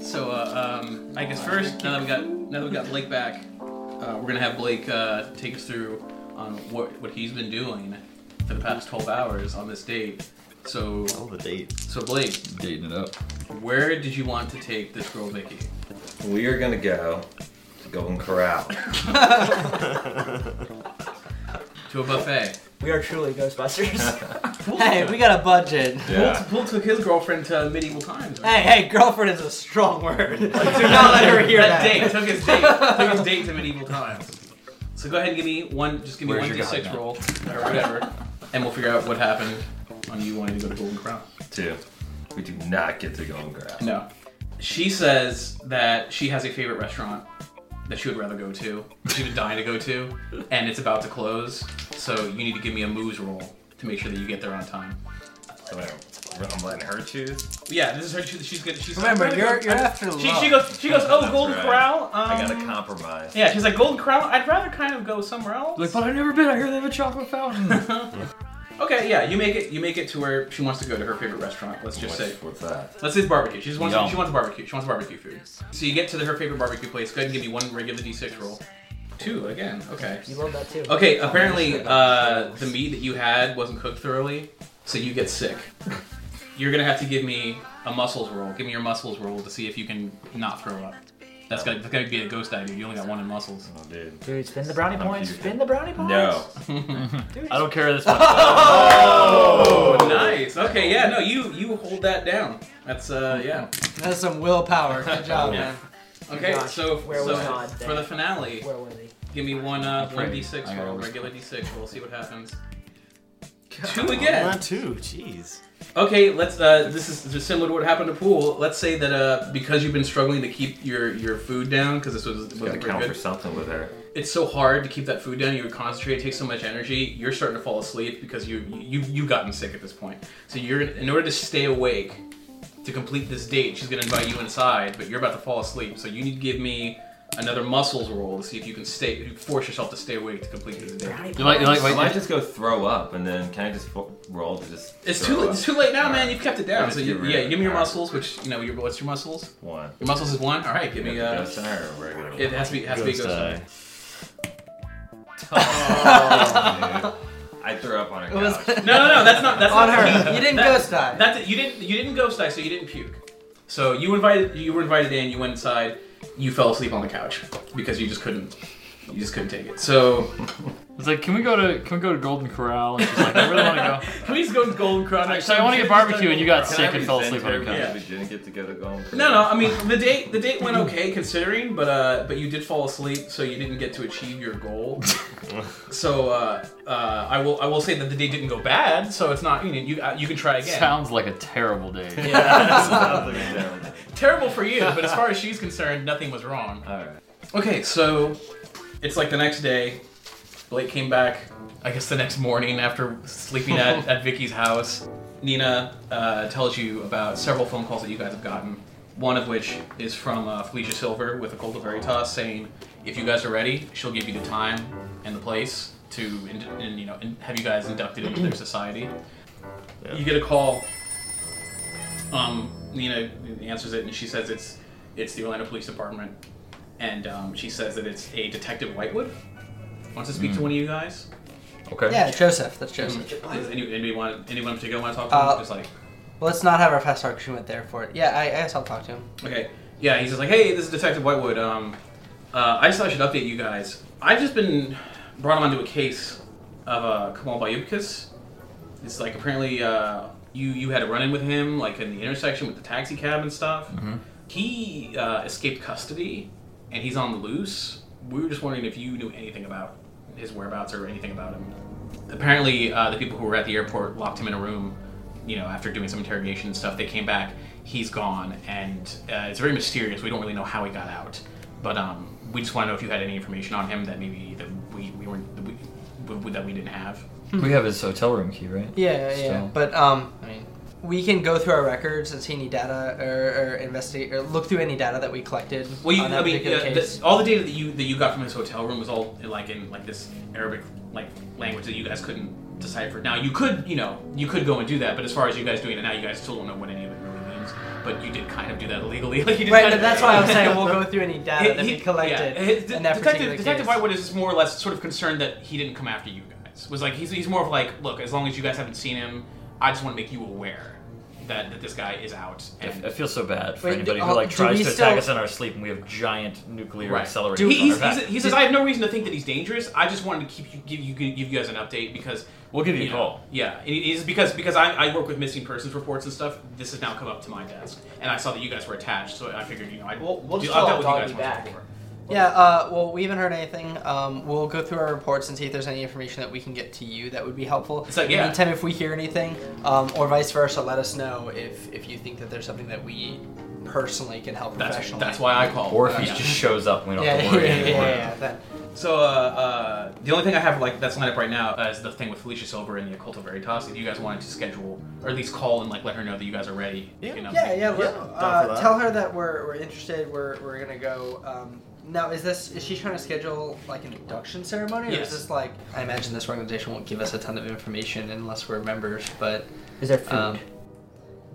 So, uh, um, I guess first, now that we got now that we got Blake back, uh, we're gonna have Blake uh, take us through on what what he's been doing for the past 12 hours on this date. So, the date. so Blake, Dating it up. where did you want to take this girl, Vicky? We are gonna go to Golden Corral. To a buffet. We are truly Ghostbusters. hey, we got a budget. Yeah. Bull took his girlfriend to medieval times. Hey, hey, girlfriend is a strong word. Do not let her hear that. Date took his date took his date to medieval times. So go ahead and give me one. Just give me Where's one your d6 guide? roll or whatever, and we'll figure out what happened on you wanting to go to Golden Crown. Two. We do not get to Golden Corral. No. She says that she has a favorite restaurant that she would rather go to, she would dying to go to, and it's about to close. So you need to give me a moves roll to make sure that you get there on time. So I'm, I'm letting her choose. Yeah, this is her. She, she's good. She's Remember, I'm gonna you're, go- you're after love. She, she goes. She goes. Oh, That's Golden right. Corral. Um, I gotta compromise. yeah, she's like Golden Corral. I'd rather kind of go somewhere else. Like, but I've never been. I hear they have a chocolate fountain. okay, yeah, you make it. You make it to where she wants to go to her favorite restaurant. Let's just What's, say. what's that? Let's say it's barbecue. She just wants. Yum. She wants barbecue. She wants barbecue food. So you get to the, her favorite barbecue place. Go ahead and give me one regular d6 roll. Two again. Okay. You love that too. Okay. Apparently, uh, the meat that you had wasn't cooked thoroughly, so you get sick. You're gonna have to give me a muscles roll. Give me your muscles roll to see if you can not throw up. That's gonna, that's gonna be a ghost idea. You only got one in muscles. Oh, dude. Dude, spin the brownie I'm points. puking. Spin the brownie points. No. I don't care this one. Oh, nice. Okay. Yeah. No. You you hold that down. That's uh. Yeah. That's some willpower. Good job, Yeah. man. Okay. Oh Gosh, so where so was Nod for then? the finale. Where was he? Give me one uh, one Right. I d6 gotta roll, always- regular d6 roll. See what happens. Two again. two. Jeez. Okay, let's. Uh, this is just similar to what happened to pool. Let's say that uh, because you've been struggling to keep your your food down because this was Gotta wasn't count very for good. something with her. It's so hard to keep that food down. You would concentrate. It takes so much energy. You're starting to fall asleep because you you you've gotten sick at this point. So you're in order to stay awake to complete this date. She's gonna invite you inside, but you're about to fall asleep. So you need to give me another muscles roll to see if you can stay force yourself to stay awake to complete this date. You like, you like, I might wait, just go throw up and then can I just fo- roll to just. It's throw too up? it's too late now, man. Alright. You've kept it down. Let's So get you, rid yeah, of it. give me your Alright. muscles, which you know your what's your muscles? One. Your muscles is one. All right, give me. Uh, Ghost in her or regular? it has to be has to be a ghost. die. I threw up on her It was couch. No, no, no. That's not that's on not her. You didn't ghost die. That's it. You didn't you didn't ghost die, so you didn't puke. So you invited you were invited in. You went inside. You fell asleep on the couch because you just couldn't you just couldn't take it. So it's like, can we go to can we go to Golden Corral? And she's like, I really want to can we just go to Golden Crown? go. So I want to get barbecue, and you got Can I sick and fell asleep on resent a her couch. because We didn't get to go to Golden Corral. No, no. I mean, the date the date went okay considering, but uh, but you did fall asleep, so you didn't get to achieve your goal. so uh, uh, I will I will say that the date didn't go bad, so it's not you know, you, uh, you can try again. Sounds like a terrible day. Yeah. Terrible for you, but as far as she's concerned, nothing was wrong. Alright. Okay, so it's like the next day. Blake came back, I guess the next morning after sleeping at, at Vicky's house. Nina uh, tells you about several phone calls that you guys have gotten. One of which is from uh, Felicia Silver with a Cold Veritas saying, if you guys are ready, she'll give you the time and the place to, in, in, you know, in, have you guys inducted into their society. You get a call. Um, Nina answers it and she says it's it's the Orlando Police Department and um, she says that it's a Detective Whitewood. Wants to speak to one of you guys? Okay. Yeah, Joseph. That's Joseph. Does any, anyone, anyone in particular want to talk to him? Uh, Just like, Well, let's not have our fast talk 'cause she went there for it. Yeah, I, I guess I'll talk to him. okay, yeah, he's just like, hey, this is Detective Whitewood. Um, uh, I just thought I should update you guys. I've just been brought onto a case of uh, Kamal Bayubkas. It's like apparently uh, you you had a run in with him, like in the intersection with the taxi cab and stuff. He uh, escaped custody, and he's on the loose. We were just wondering if you knew anything about his whereabouts or anything about him. Apparently, uh, the people who were at the airport locked him in a room. You know, after doing some interrogation and stuff, they came back. He's gone, and uh, it's very mysterious. We don't really know how he got out, but um, we just want to know if you had any information on him that maybe that we, we weren't that we, we- that we didn't have. We have his hotel room key, right? Yeah, yeah, yeah. So- But um, I mean, we can go through our records and see any data or, or investigate or look through any data that we collected Well, you, on that I mean, particular uh, case. the, all the data that you that you got from his hotel room was all in, like in like this Arabic like language that you guys couldn't decipher. Now you could, you know, you could go and do that, but as far as you guys doing it now, you guys still don't know what any of it really means. But you did kind of do that illegally. Like you did right, kind but of- that's why I'm saying we'll go through any data that He- we he- collected yeah, his- in that particular detective, detective case. Whitewood is more or less sort of concerned that he didn't come after you guys. Was like he's, he's more of like, look, as long as you guys haven't seen him, I just want to make you aware that, that this guy is out. I, And I feel so bad for Wait, anybody do- who like do tries we to still- attack us in our sleep, and we have giant nuclear Right. accelerators. He, he's, on our he's, back. he says, "I have no reason to think that he's dangerous. I just wanted to keep you give you give you guys an update because We'll give you a know, call. Yeah, it is because because I, I work with missing persons reports and stuff. This has now come up to my desk, and I saw that you guys were attached, so I figured you know I'd We'll- we'll do- just I've call dealt with Doggy you guys once back. before. Yeah, uh, well, we haven't heard anything. Um, we'll go through our reports and see if there's any information that we can get to you that would be helpful. It's like, In the yeah. meantime, if we hear anything, um, or vice versa, let us know if, if you think that there's something that we personally can help That's professionally. that's why I called. or if Uh, he yeah. just shows up, we don't Yeah, have yeah, to worry yeah, yeah, anymore. yeah, that- So uh, uh, the only thing I have like that's lined up right now uh, is the thing with Felicia Silver and the Occult of Veritas. If you guys wanted to schedule or at least call and like let her know that you guys are ready. you Yeah. know. yeah, yeah. let- down for uh, that. tell her that we're, we're interested. We're, we're gonna go. Um, now, is this is she trying to schedule like an induction ceremony, or Yes. is this like? I imagine this organization won't give us a ton of information unless we're members, but Is there food? um,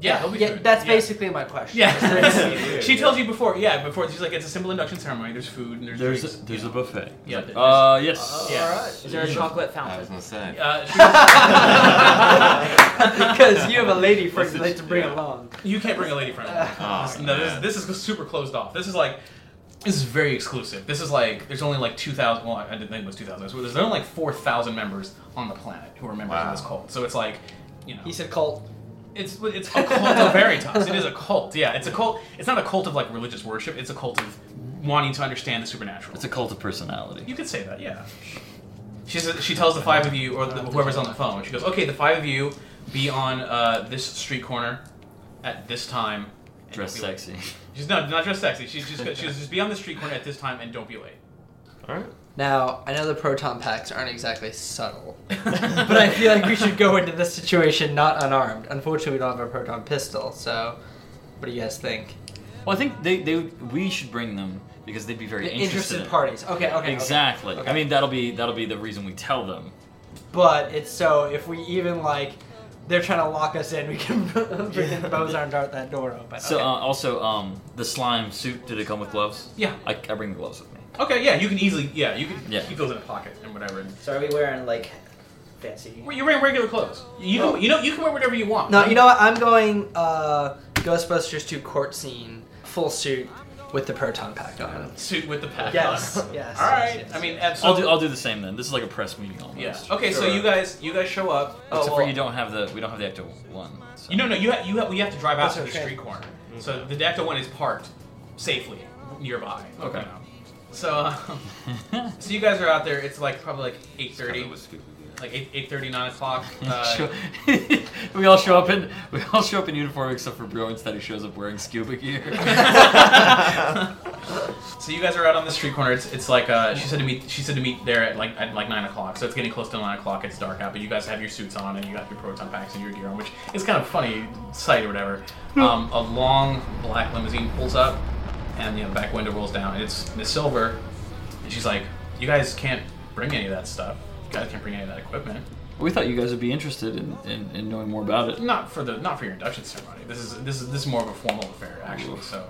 yeah, that'll be yeah, good. that's Yeah. basically my question. Yeah, she tells you before. Yeah, before she's like, it's a simple induction ceremony. There's food and there's There's a, drinks. there's a buffet. yeah. Uh, Oh, yes. Yeah. Is there a chocolate fountain? gonna say. Uh, she- because you have a lady friend you'd like to bring along. you can't bring a lady friend. along. Oh, no, this, man. this is super closed off. This is like, this is very exclusive. This is like, there's only like 2,000. Well, I didn't think it was 2,000. So There's only like 4,000 members on the planet who are members Wow. of this cult. So it's like, you know, He said cult. it's it's a cult of veritas. It is a cult. Yeah, it's a cult. It's not a cult of like religious worship. It's a cult of wanting to understand the supernatural. It's a cult of personality. You could say that, yeah. She's, she tells the five of you, or the, whoever's on the phone, she goes, okay, the five of you be on uh, this street corner at this time. and Dress don't be late." sexy. She's not, not dressed sexy. She's just, she's just be on the street corner at this time and don't be late. Now I know the proton packs aren't exactly subtle, but I feel like we should go into this situation not unarmed. Unfortunately, we don't have a proton pistol, so what do you guys think? Well, I think they, they we should bring them because they'd be very interested. in Interested it. parties. Okay, okay, okay. Exactly. Okay. I mean, that'll be that'll be the reason we tell them. But it's so if we even like, they're trying to lock us in, we can freaking bows and dart that door open. So okay. uh, also, um, the slime suit. Did it come with gloves? Yeah. I, I bring the gloves with me. Okay, yeah, you can easily, yeah, you can Yeah. keep those in a pocket and whatever. And, So are we wearing like fancy? well, you're wearing regular clothes. You can, you know, you can wear whatever you want. No, you know what? I'm going uh, Ghostbusters 2 court scene, full suit with the proton pack on. it. Suit with the patch Yes, on. yes, All right. yes, yes. I mean, absolutely. I'll do I'll do the same then. This is like a press meeting almost. Yeah. Okay, so Sure. you guys, you guys show up. Except oh, for well, you don't have the we don't have the active one. so- You no no you ha- you ha- we have to drive out That's to the okay. street corner. So the Dactyl one is parked safely nearby. you Okay. know. So um, so you guys are out there. It's like probably like eight thirty, like eight eight thirty nine o'clock. Uh, we all show up in we all show up in uniform except for Bro instead who shows up wearing scuba gear. so you guys are out on the street corner. It's, it's like uh, she said to meet she said to meet there at like at like nine o'clock. So it's getting close to nine o'clock. It's dark out, but you guys have your suits on and you got your proton packs and your gear on, which is kind of funny sight or whatever. Um, a long black limousine pulls up, and you know, the back window rolls down. And it's Miss Silver, and she's like, "You guys can't bring any of that stuff. You guys can't bring any of that equipment. we thought you guys would be interested in, in, in knowing more about it. Not for the not for your induction ceremony. This is this is this is more of a formal affair actually. So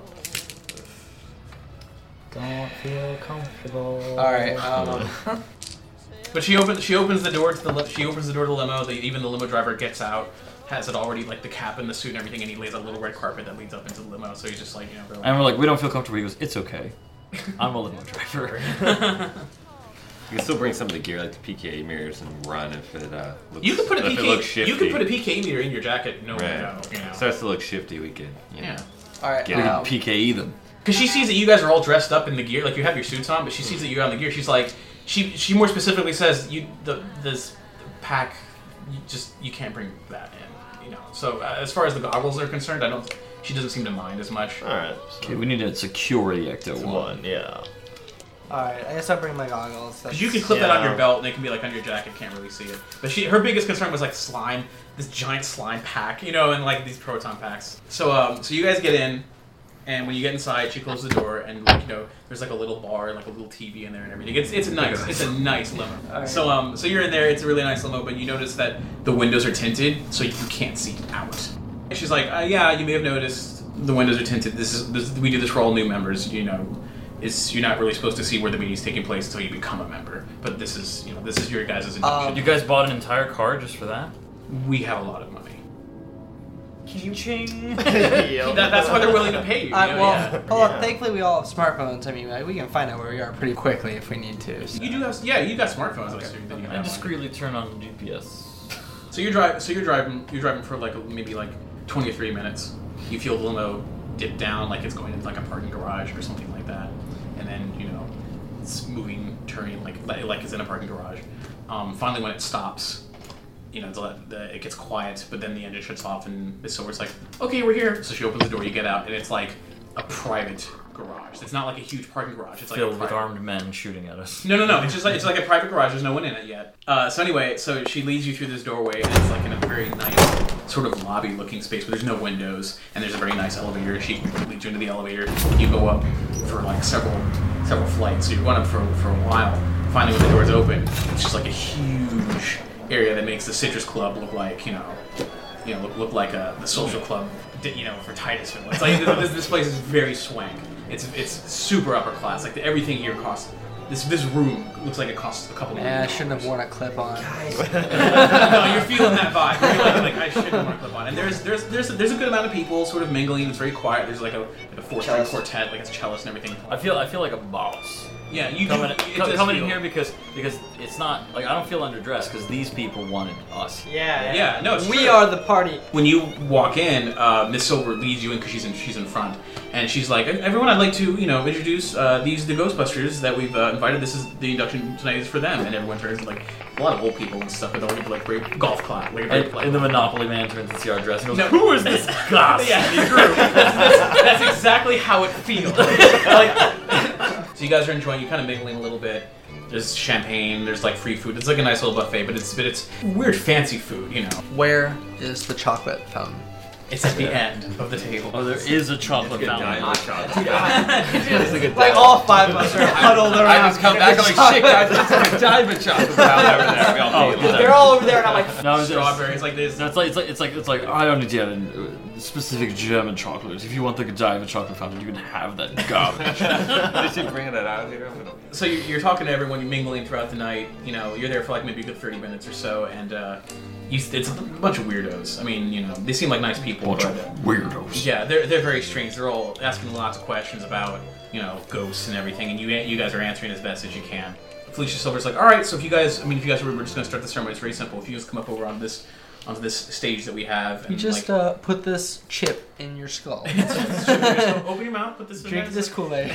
Don't feel comfortable. All right. Um, But she opens she opens the door to the li- she opens the door to the limo. The, even the limo driver gets out, has it already like the cap and the suit and everything, and he lays a little red carpet that leads up into the limo. So he's just like you know. Really, And we're like, we don't feel comfortable. He goes, it's okay. I'm a limo driver. You can still bring some of the gear, like the PKA mirrors, and run if it uh, looks. you could put a if it looks PK shifty. you could put a PK meter in your jacket. No, Right. no, you know. Starts to look shifty. We could. You know. yeah. All right. Get uh, it. PKE them. Because she sees that you guys are all dressed up in the gear, like you have your suits on, but she sees that you're on the gear. She's like, she she more specifically says you the this pack, you just you can't bring that in, you know. So uh, as far as the goggles are concerned, I don't. She doesn't seem to mind as much. All right. Okay, we need to secure the Ecto one. One, yeah. all right. I guess I'll bring my goggles. Because you can clip that on your Yeah. belt, and it can be like on your jacket. Can't really see it. But she, her biggest concern was like slime, this giant slime pack, you know, and like these proton packs. So, um, so you guys get in, and when you get inside, she closes the door, and like you know, there's like a little bar and like a little TV in there and everything. It's it's nice. It's a nice limo. Alright. So, um, so you're in there. It's a really nice limo, but you notice that the windows are tinted, so you can't see out. And she's like, uh, yeah, you may have noticed the windows are tinted. This is this, we do this for all new members. You know, it's you're not really supposed to see where the meeting's taking place until you become a member. But this is you know this is your guys' induction. You guys bought an entire car just for that? we have a lot of money. Ching. Yep. That, that's why they're willing to pay you. you Uh, know, well, yeah. well, Yeah. thankfully we all have smartphones. I mean, like, we can find out where we are pretty quickly if we need to. so- You do have yeah, you got smartphones. I assume, that you I have one. discreetly turn on the GPS. So you're driving. So you're driving. You're driving for like maybe like 23 minutes. You feel the limo dip down, like it's going into like a parking garage or something like that, and then you know it's moving, turning, like like, like it's in a parking garage. Um, finally, when it stops, you know the, the, it gets quiet, but then the engine shuts off, and Miss Silver's like, "Okay, we're here." So she opens the door. You get out, and it's like a private garage. It's not like a huge parking garage. It's like a Filled with private- armed men shooting at us. no, no, no. It's just like it's like a private garage. There's no one in it yet. Uh, so anyway, so she leads you through this doorway, and it's like in a very nice sort of lobby-looking space, but there's no windows, and there's a very nice elevator. She leads you into the elevator. You go up for like several several flights. So you're going up for for a while. Finally, when the doors open, it's just like a huge area that makes the Citrus Club look like you know, you know, look, look like a the social club, di- you know, for Titusville. It's like this, this place is very swank. It's it's super upper class. Like everything here costs. This this room looks like it costs a couple. Yeah, I million shouldn't have dollars. worn a clip on. no, you're feeling that vibe. You're like, like, I shouldn't want to clip on. And there's there's there's a, there's a good amount of people sort of mingling. It's very quiet. There's like a like a four string Cellist. quartet, like it's cellist and everything. I feel I feel like a boss. Yeah, you do- coming, it co- does coming in feel- here because because it's not like I don't feel underdressed because these people wanted us. Yeah. Yeah, no, it's We true. are the party. When you walk in, uh, Miss Silver leads you in because she's in she's in front, and she's like, "E-, "Everyone, I'd like to you know introduce uh, these the Ghostbusters that we've uh, invited. This is the induction tonight is for them." And everyone turns like a lot of old people and stuff, but they'll give like great golf clap, like a And, great play. and the Monopoly man turns to see our dress and goes, No. "Who is this goss?" Yeah, in the group. That's, that's- that's exactly how it feels. Like- so you guys are enjoying. You kind of mingling a little bit. There's champagne. There's like free food. It's like a nice little buffet, but it's but it's weird fancy food. You know, Where is the chocolate fountain? it's at the end of the table. Oh, there is a chocolate fountain. Like all five of us are huddled around. I just come back. I'm like, shit, guys, that's like a diamond shop over there. We all need Oh, it. They're all over there, and I'm like, No, it's, Strawberries like this. No, it's like it's like it's like it's like I only deal in uh, specific German chocolates. If you want the Godiva chocolate fountain, you can have that garbage. They should bring that out here. I'm gonna- so you're, you're talking to everyone, you're mingling throughout the night. You know, you're there for like maybe a good 30 minutes or so, and uh, you, it's a bunch of weirdos. I mean, you know, they seem like nice people, Bunch but of uh, weirdos. yeah, they're, they're very strange. They're all asking lots of questions about you know ghosts and everything, and you you guys are answering as best as you can. Felicia Silver's like, all right, so if you guys, I mean, if you guys were, we're just gonna start the ceremony. It's very simple. If you just come up over on this onto this stage that we have, and You just like, uh, put this chip in your skull. open your mouth, put this in uh, Drink there. this Kool Aid.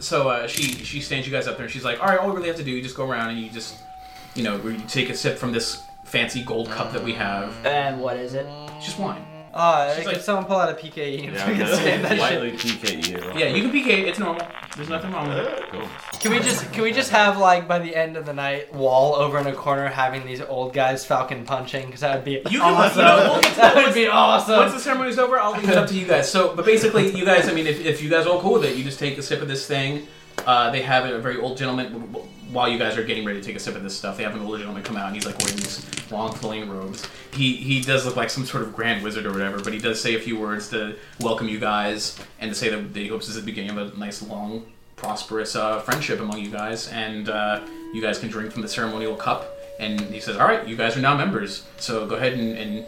So uh, she she stands you guys up there, and she's like, "All right, all we really have to do, you just go around and you just, you know, you take a sip from this fancy gold cup that we have. and what is it? It's just wine. Uh, She's could like- someone pull out a PKE and Yeah, we I'm can gonna save that shit. lightly PKE. Yeah, you can PK. It's normal. There's nothing wrong with it. Cool. Can we just can we just have like by the end of the night, Wall over in a corner having these old guys falcon punching? Because that would be You can let- awesome. you know, we'll get to that would be awesome. Once the ceremony's over, I'll leave it up to you guys. So, but basically, you guys, I mean, if, if you guys are all cool with it, you just take a sip of this thing. Uh, they have a very old gentleman, w- w- while you guys are getting ready to take a sip of this stuff, they have an old gentleman come out and he's like wearing these long flowing robes. He, he does look like some sort of grand wizard or whatever, but he does say a few words to welcome you guys and to say that he hopes this is the beginning of a nice, long, prosperous uh, friendship among you guys. And uh, you guys can drink from the ceremonial cup. And he says, All right, you guys are now members, so go ahead and, and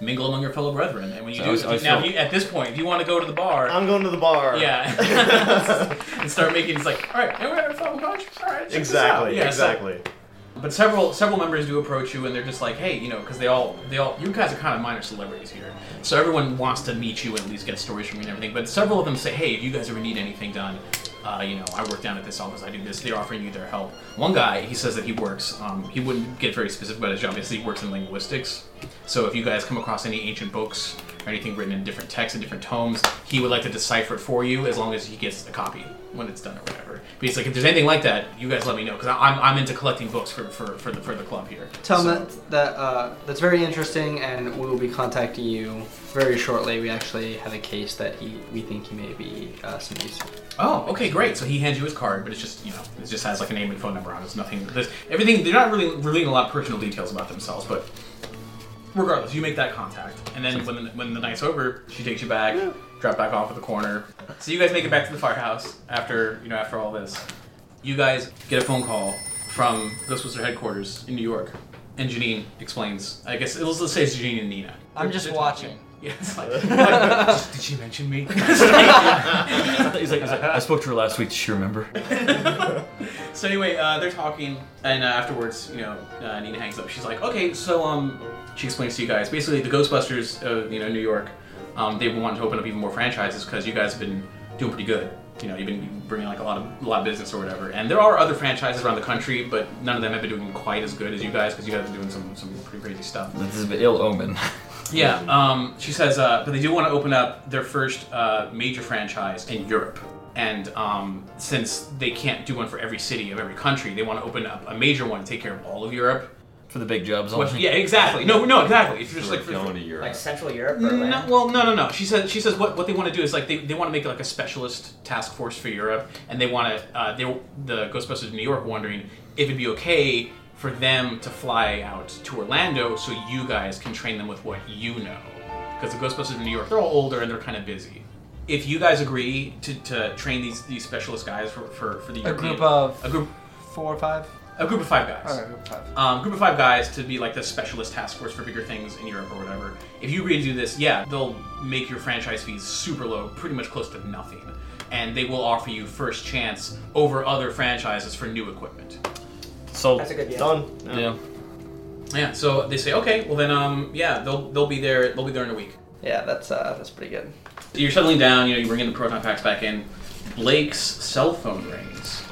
mingle among your fellow brethren. And when you So I do, was- I was now feel- you, at this point, if you want to go to the bar, I'm going to the bar. yeah, and start making it's like, all right, and we're at a fellow college. All right, check this out." Exactly. Yeah, so- exactly. But several several members do approach you, and they're just like, "Hey, you know," because they all they all you guys are kind of minor celebrities here, so everyone wants to meet you and at least get stories from you and everything. But several of them say, "Hey, if you guys ever need anything done, uh, you know, I work down at this office. I do this. They're offering you their help." One guy, he says that he works. Um, he wouldn't get very specific about his job. because He works in linguistics. So if you guys come across any ancient books or anything written in different texts and different tomes, he would like to decipher it for you as long as he gets a copy when it's done or whatever. But he's like, if there's anything like that, you guys let me know because I'm, I'm into collecting books for, for, for the for the club here. Tell So- them that, that uh, that's very interesting, and we will be contacting you very shortly. We actually have a case that he we think he may be uh, some use. Oh, okay, great. So he hands you his card, but it's just you know, it just has like a name and phone number on. it. It's nothing. There's everything. They're not really revealing a lot of personal details about themselves, but regardless, you make that contact, and then when the, when the night's over, she takes you back, drop back off at the corner. So you guys make it back to the firehouse after you know after all this. You guys get a phone call from this was their headquarters in New York, and Janine explains. I guess it'll let's say it's Janine and Nina. I'm just They're watching. talking. Yeah, it's like, like, did she mention me? He's like, he's like, I spoke to her last week. Does she remember? So anyway, uh, they're talking, and uh, afterwards, you know, uh, Nina hangs up. She's like, "Okay, so um," she explains to you guys. Basically, the Ghostbusters, uh, you know, New York, um, they wanted to open up even more franchises because you guys have been doing pretty good. You know, you've been bringing like a lot of a lot of business or whatever. And there are other franchises around the country, but none of them have been doing quite as good as you guys because you guys have been doing some some pretty crazy stuff. This is an ill omen. Yeah, um, she says, uh, but they do want to open up their first uh, major franchise in Europe. And um, since they can't do one for every city of every country, they want to open up a major one to take care of all of Europe. For the big jobs. Which- yeah, exactly. No, no, exactly. If you're just Like like, for- going to uh, Europe. Like Central Europe or no, Atlanta? well, no, no, no. She says she says what, what they want to do is like they, they want to make like a specialist task force for Europe, and they want to uh, they the Ghostbusters of New York wondering if it'd be okay for them to fly out to Orlando so you guys can train them with what you know, because the Ghostbusters of New York they're all older and they're kind of busy. If you guys agree to, to train these these specialist guys for for, for the A European- group of a group four or five. a group of five guys All right, group of five. um, group of five guys to be like the specialist task force for bigger things in Europe or whatever. If you agree to do this, yeah, they'll make your franchise fees super low, pretty much close to nothing, and they will offer you first chance over other franchises for new equipment. So That's a good deal. Done. yeah, Yeah, so they say, okay, well then, um, yeah, they'll they'll be there. They'll be there in a week. Yeah, that's uh, that's pretty good. You're settling down. You know, you bring in the proton packs back in. Blake's cell phone rings.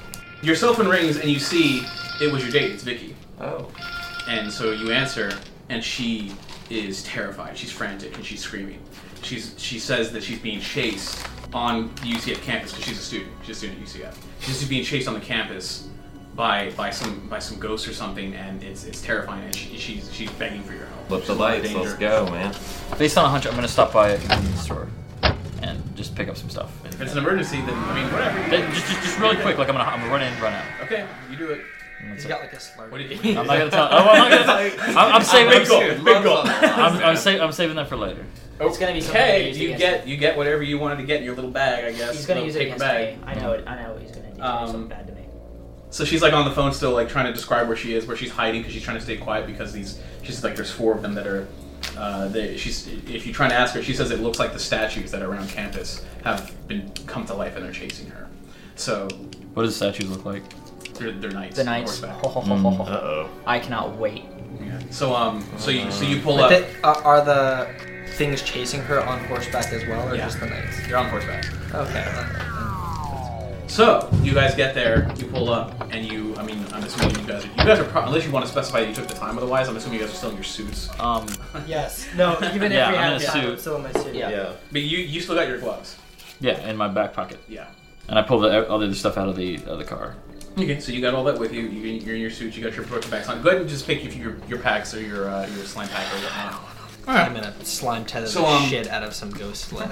Your cell phone rings, and you see it was your date. It's Vicky. Oh, And so you answer, and she is terrified. She's frantic and she's screaming. She's she says that she's being chased on the UCF campus because she's a student. She's a student at UCF. She's being chased on the campus by by some by some ghosts or something, and it's it's terrifying. And she, she's she's begging for your help. Flip the She's in a lot of lights. Let's danger. go, man. based on a hunch, I'm gonna stop by a convenience store and just pick up some stuff. If it's an emergency, then I mean whatever. you Then Just, just, just really quick, like I'm gonna, I'm gonna run in, run out. do. Okay, you do it. he's got like a slur. What do you? I'm not gonna tell. Oh, I'm not gonna tell. I'm, I'm saving. Big I'm, goal. saving- Big goal. I'm, I'm, sa- I'm saving that for later. It's gonna be something okay. used You against get you get whatever you wanted to get in your little bag, I guess. He's gonna little use it paper bag. against me. I know it. I know what he's gonna do. He's gonna do. Um, something bad to me. So she's like on the phone still, like trying to describe where she is, where she's hiding, because she's trying to stay quiet because these. She's like, there's four of them that are. Uh, they, she's if you try to ask her, she says it looks like the statues that are around campus have been come to life and are chasing her. So What does statues look like? they're, they're knights. The on knights. horseback. Uh-oh. I cannot wait. Yeah. So um, so you so you pull But up. they, are, uh, are the things chasing her on horseback as well, or Yeah. just the knights? They're on horseback. Okay. So you guys get there, you pull up, and you. I mean, I'm assuming you guys are. You guys are pro- unless you want to specify that you took the time. Otherwise, I'm assuming you guys are still in your suits. Um, Yes. No. Even Yeah, if we I'm had in a time, suit. I'm still in my suit. Yeah. Yeah. But you you still got your gloves. yeah, in my back pocket, Yeah. and I pull the e, all the other stuff out of the uh, the car. Okay, so you got all that with you. you you're in your suit. You got your proton packs on. Go ahead and just pick your your, your packs or your uh, your slime pack or whatnot. I'm gonna slime tether So, the um, shit out of some ghost li- uh,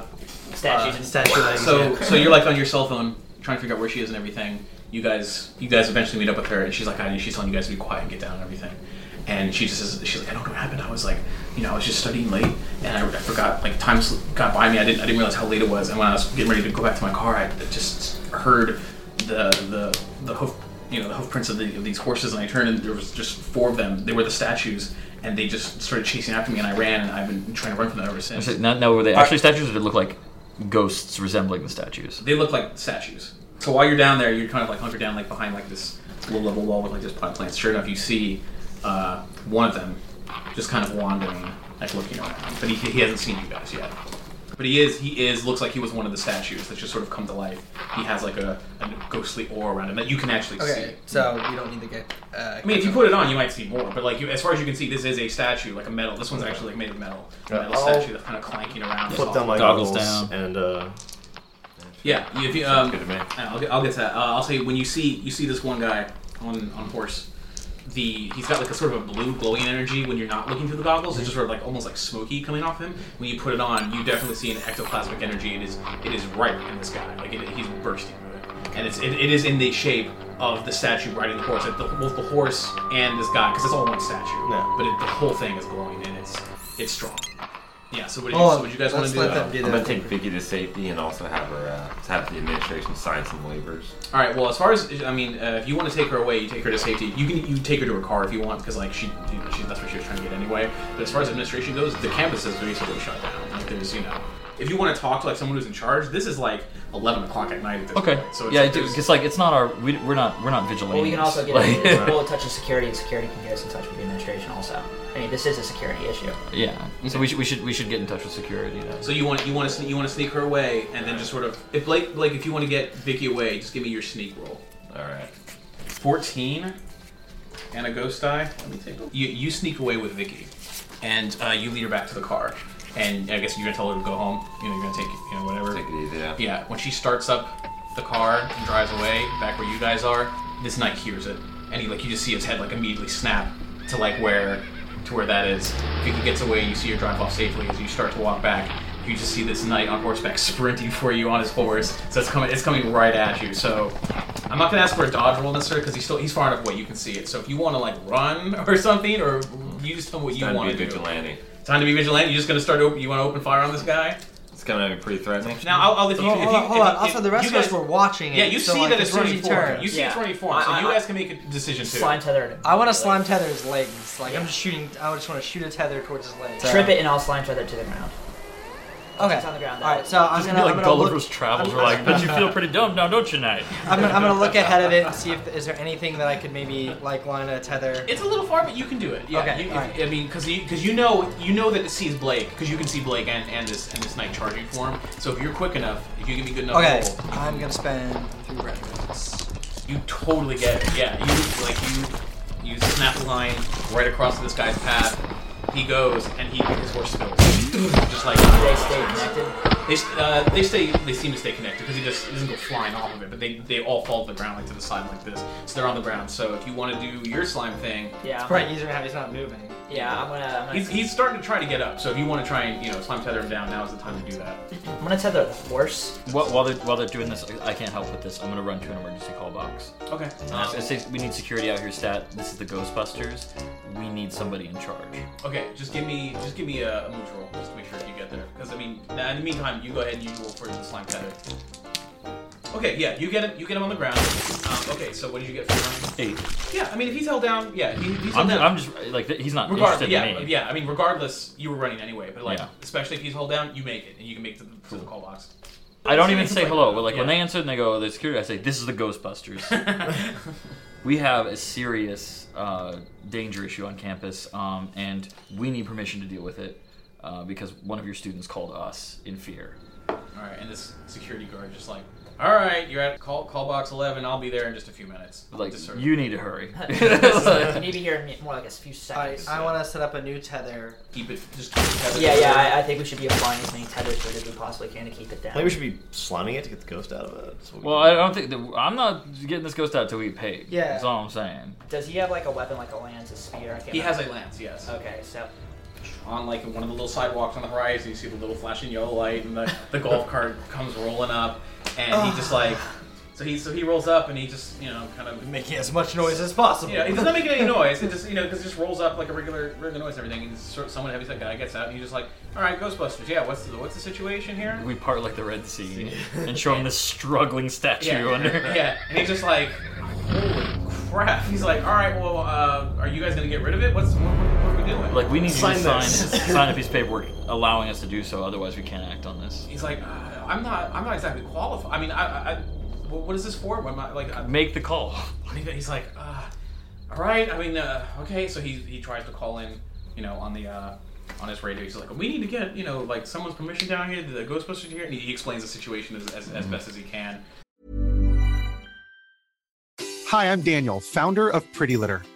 uh, Statues uh, and stuff. statue legs. So yeah. so you're like on your cell phone trying to figure out where she is and everything. You guys you guys eventually meet up with her and she's like, I she's telling you guys to be quiet and get down and everything. And she just says, she's like, I don't know what happened. I was like, you know, I was just studying late and I, I forgot. Like time sl- got by me. I didn't I didn't realize how late it was. And when I was getting ready to go back to my car, I just heard the the the hoof you know the hoof prints of, the, of these horses and I turned and there was just four of them they were the statues and they just started chasing after me and I ran and I've been trying to run from them ever since So now, now were they actually statues, or did it look like ghosts resembling the statues? they look like statues So while you're down there, you're kind of like hunkered down, like behind like this low level wall with like just pot plants. Sure enough, you see uh, one of them just kind of wandering, like looking around. But he, he hasn't seen you guys yet. But he is he is looks like he was one of the statues that's just sort of come to life. He has like a, a ghostly aura around him that you can actually see. Okay, so we don't need to get. Uh, I mean, if you put it on, you might see more. But like, you, as far as you can see, this is a statue, like a metal. This one's actually like made of metal, a metal I'll statue that's kind of clanking around. Put down my Goggles goggles down. and uh, Yeah, if you, um, good to me. I'll, get- I'll get to that. Uh, I'll say when you see you see this one guy on on horse, the he's got like a sort of a blue glowing energy when you're not looking through the goggles. It's just sort of like almost like smoky coming off him. When you put it on, you definitely see an ectoplasmic energy. It is it is right in this guy. Like it, he's bursting with it, and it's it, it is in the shape of the statue riding the horse. Like the, both the horse and this guy, because it's all one statue. Yeah. But it, the whole thing is glowing and it's it's strong. Yeah. So what do you, Hold so on, would you guys want let's to do? Uh, let them do I'm their gonna take thing. Vicky to safety and also have her uh, have the administration sign some waivers. All right. Well, as far as I mean, uh, if you want to take her away, you take her to safety. You can you take her to her car if you want, because like she, you know, she that's where she was trying to get anyway. But as far as administration goes, the campus is basically shut down. Like there's you know, if you want to talk to like someone who's in charge, this is like eleven o'clock at night. At this Okay. Point. So it's, yeah, like, it- there's- it's like it's not our. We, we're not. We're not vigilantes. Well, we can also get Like- a, we'll touch of security, and security can get us in touch with the administration. Also, I mean, this is a security issue. yeah. So we should. We should. We should get in touch with security. Then. so you want you want to you want to sneak her away, and then just sort of if Blake Blake if you want to get Vicky away, just give me your sneak roll. All right. Fourteen, and a ghost die. Let me take. You you sneak away with Vicky, and uh, you lead her back to the car. And I guess you're gonna tell her to go home. You know, you're gonna take you know whatever. Take it easy. Yeah. Yeah, when she starts up the car and drives away back where you guys are, this knight hears it, and he like you just see his head like immediately snap to like where to where that is. Vicky gets away, you see her drive off safely. As you start to walk back, you just see this knight on horseback sprinting for you on his horse. So it's coming, it's coming right at you. So I'm not gonna ask for a dodge roll necessarily because he's still he's far enough away you can see it. So if you want to like run or something, or you just tell me what you Time to be want a to do. vigilante. Time to be vigilant. You're just gonna start. Open, you want to open fire on this guy? It's gonna be pretty threatening. Now I'll, I'll if you Hold, if hold you- on, hold if- on. if- Also, the rest you of us guys- were watching it. yeah, you so, see like, that it's running running form. turn. You see it's Yeah. running form, so I- I- you guys can make a decision too. Slime tether. I want to to slime Tether's legs. Like I'm just shooting. I just want to shoot a tether towards his legs. Trip it, and I'll slime tether to the ground. Okay. It's on the ground. All right. So I'm Just gonna. be I'm like gonna look- Gulliver's Travels. We're like, but you feel pretty dumb now, don't you, Knight? I'm gonna, I'm gonna look ahead of it and see if is there anything that I could maybe like line a tether. It's a little far, but you can do it. Yeah, Okay, you, alright. I mean, because you, 'cause you know you know that it sees Blake because you can see Blake and, and this and this knight charging for him. So if you're quick enough, if you give me good enough Okay, roll, I'm gonna spend three red ones. you totally get it. Yeah, you like you you snap a line right across this guy's path. He goes and he his horse spills. Just like They stay connected. They, s- uh, they stay. They seem to stay connected because he just he doesn't go flying off of it. But they, they all fall to the ground like to the side like this. So they're on the ground. So if you want to do your slime thing, Yeah. I'm- Right, easier to have. He's not moving. Yeah, I'm gonna. I'm gonna, he's, he's starting to try to get up. So if you want to try and you know slime tether him down, now is the time to do that. I'm gonna tether the horse. While, while they're while they're doing this, I can't help with this. I'm gonna run to an emergency call box. Okay. And I say, we need security out here, stat. This is the Ghostbusters. We need somebody in charge. Okay. Just give me just give me a, a move roll just to make sure you get there. Because I mean, now, in the meantime, you go ahead and you roll for the slime tether. Okay. Yeah. You get him. You get him on the ground. Um, okay. So what did you get for him? Hey, Yeah. I mean, if he's held down, yeah. If he, if he's held I'm, down, I'm just like he's not Regardless, interested yeah, in me. yeah. I mean, regardless, you were running anyway. But like, Yeah. especially if he's hold down, you make it, and you can make it to the, to the call box. I don't even say Like, hello, but like when yeah. they answer and they go, "The security," I say, "This is the Ghostbusters." we have a serious uh, danger issue on campus, um, and we need permission to deal with it uh, because one of your students called us in fear. All right, and this security guard just like, all right, you're at call call box eleven. I'll be there in just a few minutes. Like Just sort of- you need to hurry. You need to hear me- more like a few I, seconds. I want to set up a new tether. keep it. Just keep it tether- yeah, yeah. I, I think we should be applying as many tethers as we possibly can to keep it down. maybe we should be slamming it to get the ghost out of it. That's what we well, do. I don't think that, I'm not getting this ghost out until we get paid. Yeah. that's all I'm saying. Does he have like a weapon, like a lance, a spear? I can't He has remember. a lance, yes. Okay, so On like one of the little sidewalks on the horizon, you see the little flashing yellow light, and the, the golf cart comes rolling up, and he just like, so he so he rolls up, and he just you know kind of Making as much noise as possible. Yeah, it's not making any noise. It just you know because it just rolls up like a regular regular noise and everything. And sort someone heavy set guy gets out and he's just like, all right, Ghostbusters. Yeah, what's the what's the situation here? We part like the Red Sea and show him this struggling statue Yeah, under. yeah. And he's just like, holy crap. He's like, all right, well, uh, are you guys gonna get rid of it? What's what, what are we doing? Like we need Sign you to sign, this. sign a piece of paperwork allowing us to do so. Otherwise, we can't act on this. he's like, uh, I'm not I'm not exactly qualified. I mean, I. I Well, what is this for? Why am I like? I, Make the call. And he- He's like, uh, all right. I mean, uh, okay. So he he tries to call in, you know, on the uh, on his radio. He's like, we need to get you know like someone's permission down here. The Ghostbusters are here, and he, he explains the situation as, as, as best as he can. Hi, I'm Daniel, founder of Pretty Litter.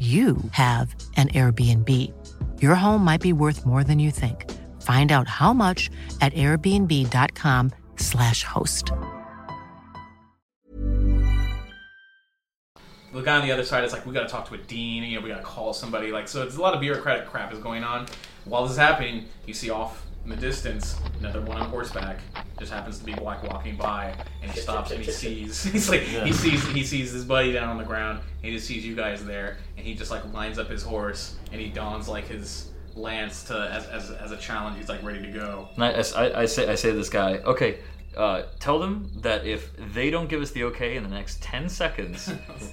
you have an Airbnb. Your home might be worth more than you think. Find out how much at airbnb.com/slash host. The guy on the other side is like, we got to talk to a dean. You know, we got to call somebody. Like, so it's a lot of bureaucratic crap is going on. While this is happening, you see off in the distance another one on horseback just happens to be black walking by, and he stops and he sees. He's like, he sees he sees his buddy down on the ground. He just sees you guys there, and he just like lines up his horse and he dons like his lance to as as, as a challenge. He's like ready to go. And I, I- I say, I say to this guy, okay, uh, tell them that if they don't give us the okay in the next 10 seconds,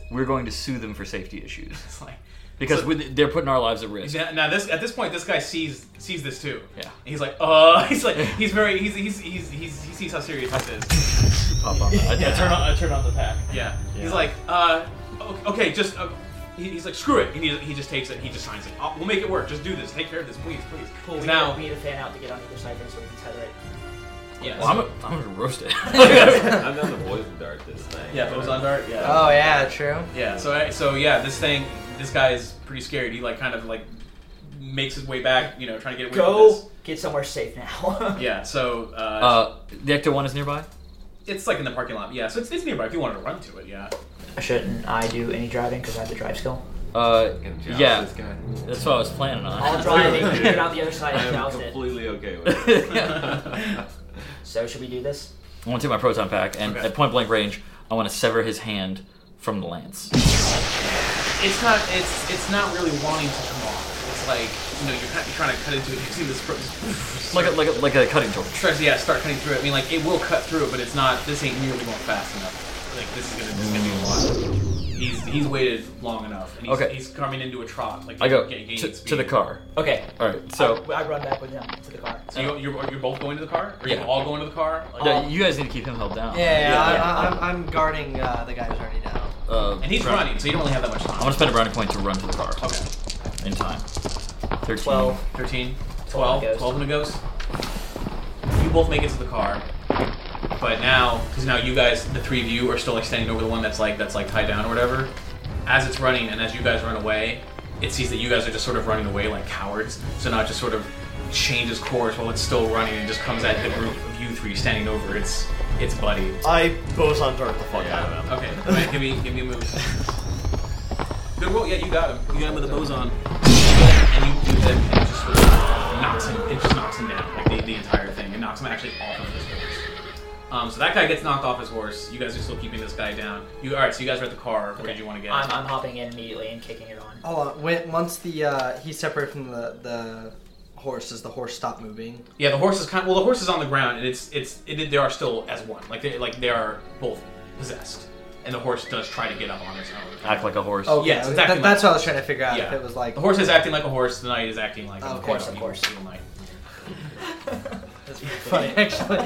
we're going to sue them for safety issues. like- because so- we, they're putting our lives at risk. Yeah, now this at this point, this guy sees sees this too. Yeah. He's like, uh, he's like, he's very, he's he's he's, he's he sees how serious this is. Pop on that. I- I turn on- I turn on the pack. Yeah. Yeah. He's like, uh, o- okay, just. Uh, he- He's like, screw it, and he, he just takes it. He just signs it. Oh, we'll make it work. Just do this. Take care of this, please, please. Cool. We, now, need, we need to fan out to get on either side of it so we can tether it. yeah. Well, I'm, a, I'm gonna roast it. I'm down to poison dart this thing. Yeah, Bozon Dart. Yeah. Oh, yeah, true. Yeah. So I- so yeah, this thing, this guy is pretty scared. He like kind of like makes his way back, you know, trying to get away. Go From Get somewhere safe now. this. Yeah. So uh, Uh, the Ecto 1 is nearby? it's like in the parking lot. Yeah. So it's, it's nearby. If you wanted to run to it, yeah. Shouldn't I do any driving because I have the drive skill? Uh, joust yeah. this guy. That's what I was planning on. I'll drive it. You get out the other side I and am douse it. completely okay with it. So should we do this? I want to take my proton pack, and Okay. at point blank range, I want to sever his hand from the lance. It's not. It's it's not really wanting to come off. It's like you know you're, kind, you're trying to cut into it. You see this. Pro- Like a, like a, like a cutting torch. starts yeah start cutting through it. I mean like it will cut through, but it's not. This ain't nearly going fast enough. Like this is gonna this is gonna be a lot. He's he's waited long enough, and he's, Okay. he's coming into a trot. Like I go gain- to, gaining to speed. the car. Okay. Uh, All right, so I, I run back with him to the car. So you, you're, are you both going to the car? Are you Yeah. all going to the car? Like, yeah, you guys need to keep him held down. Yeah, yeah, Yeah, I, yeah. I, I'm, I'm guarding uh, the guy who's already down. Uh, and he's running, so you don't really have that much time. I'm gonna spend a brownie point to run to the car Okay. in time. Thirteen. Twelve. 13, Twelve 12, and a ghost. 12 and a ghost. You both make it to the car, but now, because now you guys, the three of you, are still like standing over the one that's like that's like tied down or whatever. As it's running, and as you guys run away, it sees that you guys are just sort of running away like cowards. So now it just sort of changes course while it's still running and just comes at the group of you three standing over its its buddy. I boson dart the fuck out of him. Okay, all right, give me give me a move. Good roll. Yeah, you got him. You got him with a boson. And you do that, and it just sort of knocks him. It just knocks him down, like the, the entire thing. It knocks him actually off of his horse. Um, so that guy gets knocked off his horse. You guys are still keeping this guy down. You all right? So you guys are at the car. Where did you want to get? I'm, I'm hopping in immediately and kicking it on. Hold on. When, once the uh, he's separated from the, the horse, does the horse stop moving? yeah, the horse is kind. well, the horse is on the ground, and it's it's it, they are still as one. Like they like they are both possessed, and the horse does try to get up on its own. Act like a horse. Oh, Yeah, yeah. it's that- exactly that's like- what I was trying to figure out. If Yeah. it was like the horse is acting like a horse, the knight is acting like Of a course, you know, of course. evil knight. funny, actually.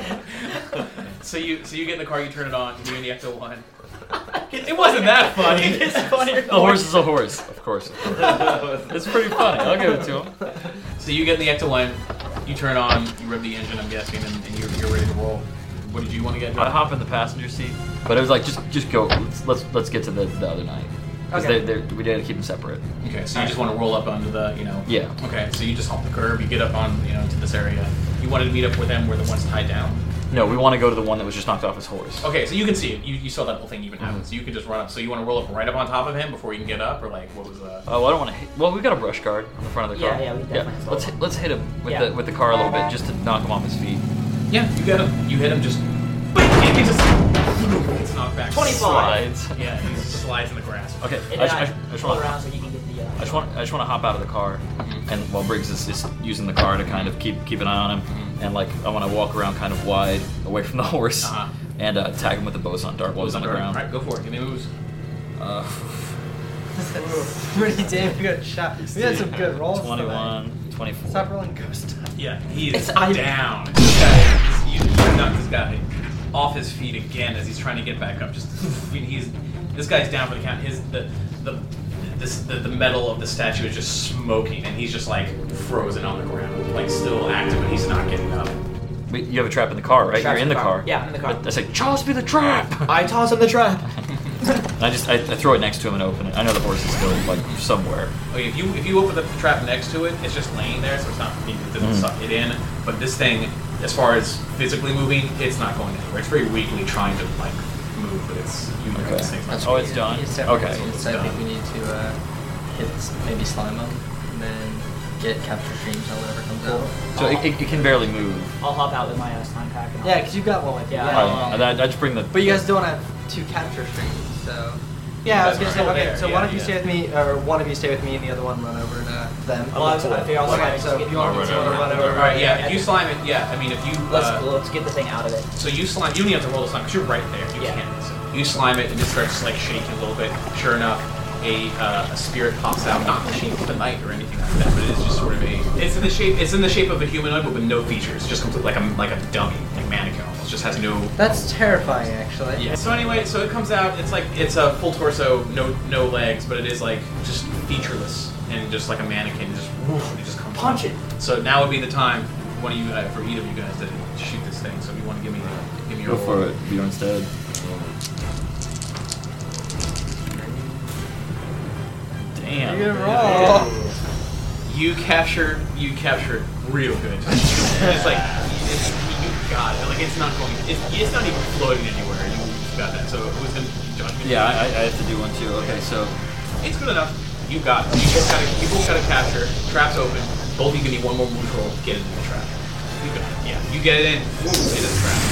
So you so you get in the car, you turn it on, you and the Ecto One. It wasn't that funny. It's funnier A horse is a horse, of course. Of course. it's pretty funny. I'll give it to him. So you get in the Ecto One, you turn it on, you rev the engine, I'm guessing, and, and you're, you're ready to roll. What did you want to get? I hop in the passenger seat, but it was like just just go. Let's let's, let's get to the, the other night because Okay. they, they, we gotta keep them separate. Okay, so you just want to roll up onto the, you know. Yeah. Okay, so you just hop the curb, you get up on, you know, to this area. You wanted to meet up with them where the one's tied down. No, we want to go to the one that was just knocked off his horse. Okay, so you can see it. You, you saw that whole thing even happen, so you can just run up. So you want to roll up right up on top of him before you can get up, or like what was the? Oh, I don't want to. hit Well, we got a brush guard on the front of the Yeah, car. yeah, we definitely have to. Let's hit, let's hit him with Yeah. the with the car a little bit just to knock him off his feet. Yeah, you got him. You hit him just. Bam! He just gets knocked back. 25. Slides. Yeah, he just slides in the grass. Okay, And then I just, I, I just- I just roll want, around Mm-hmm. so you can get the, uh, I just want I just want to hop out of the car, and while Briggs is, is using the car to kind of keep keep an eye on him, Mm-hmm. and like I want to walk around kind of wide away from the horse, Uh-huh. and uh, tag him with the boson dart while he's on the ground. All right, go for it. Give me moves. Uh, Pretty damn good shot. We had some good rolls. tonight. 21, 24. Stop rolling ghost dice. Yeah, he is It's- I- down. This guy is- you, you knocked this guy off his feet again as he's trying to get back up. Just I mean, he's this guy's down for the count. His the the this the, the metal of the statue is just smoking, and he's just like frozen on the ground, like still active, but he's not getting up. Wait, you have a trap in the car, right? Trap's You're in the car. Yeah, in the car. But I say, toss me the trap. I toss him the trap. And I just I, I throw it next to him and open it. I know the horse is still like somewhere. Okay, if you if you open the trap next to it, it's just laying there, so it's not it doesn't Mm. suck it in. But this thing, as far as physically moving, it's not going anywhere. It's very weakly trying to like move, but it's you know Okay. this thing's not. That's- Oh, it's done? Okay. So I think we need to uh, hit s- maybe slime him and then get capture dreams or whatever comes out. So it, it, it can barely move. I'll hop out with my uh, slime pack. And I'll- Yeah, because you got one with you. Yeah. I, I, I just bring the. But you guys don't have two capture streams, so. Yeah, I was gonna That's say. right. Okay, There, so yeah, one of you yeah. stay with me, or one of you stay with me, and the other one run over to them. Well, I was- I figure I'll slide okay, just so get- you want me to I'll run run over. over? All right, yeah. If you slime it, yeah. I mean, if you Let's uh, let's get the thing out of it. So you slime. You don't even have to roll the slime because you're right there. You can't miss it. You slime it and it starts like shaking a little bit. Sure enough, a, uh, a spirit pops out, not in the shape of a knight or anything like that, but it is just sort of a. It's in the shape. It's in the shape of a humanoid, but with no features. Just complete like a like a dummy, like mannequin. Almost. Just has no. That's terrifying, actually. Yeah. So anyway, so it comes out. It's like it's a full torso, no no legs, but it is like just featureless and just like a mannequin. Just woof, and it just comes. Punch out. So now would be the time. One of you, uh, for either of you guys, to shoot this thing. So if you want to give me, give me your Go for roll. it. You're instead. Damn. Good roll. You captured, you captured real good. it's like it's, you got it. Like it's not going. It's, it's not even floating anywhere. You got that. So who's gonna judgment? Yeah, I, I I have to do one too. Okay, so It's good enough. You got it. You both got to. You both got to capture. Trap's open. Both of you can need one more move roll. to Get into the trap. You got it. Yeah. You get it in. Woo, It is trapped.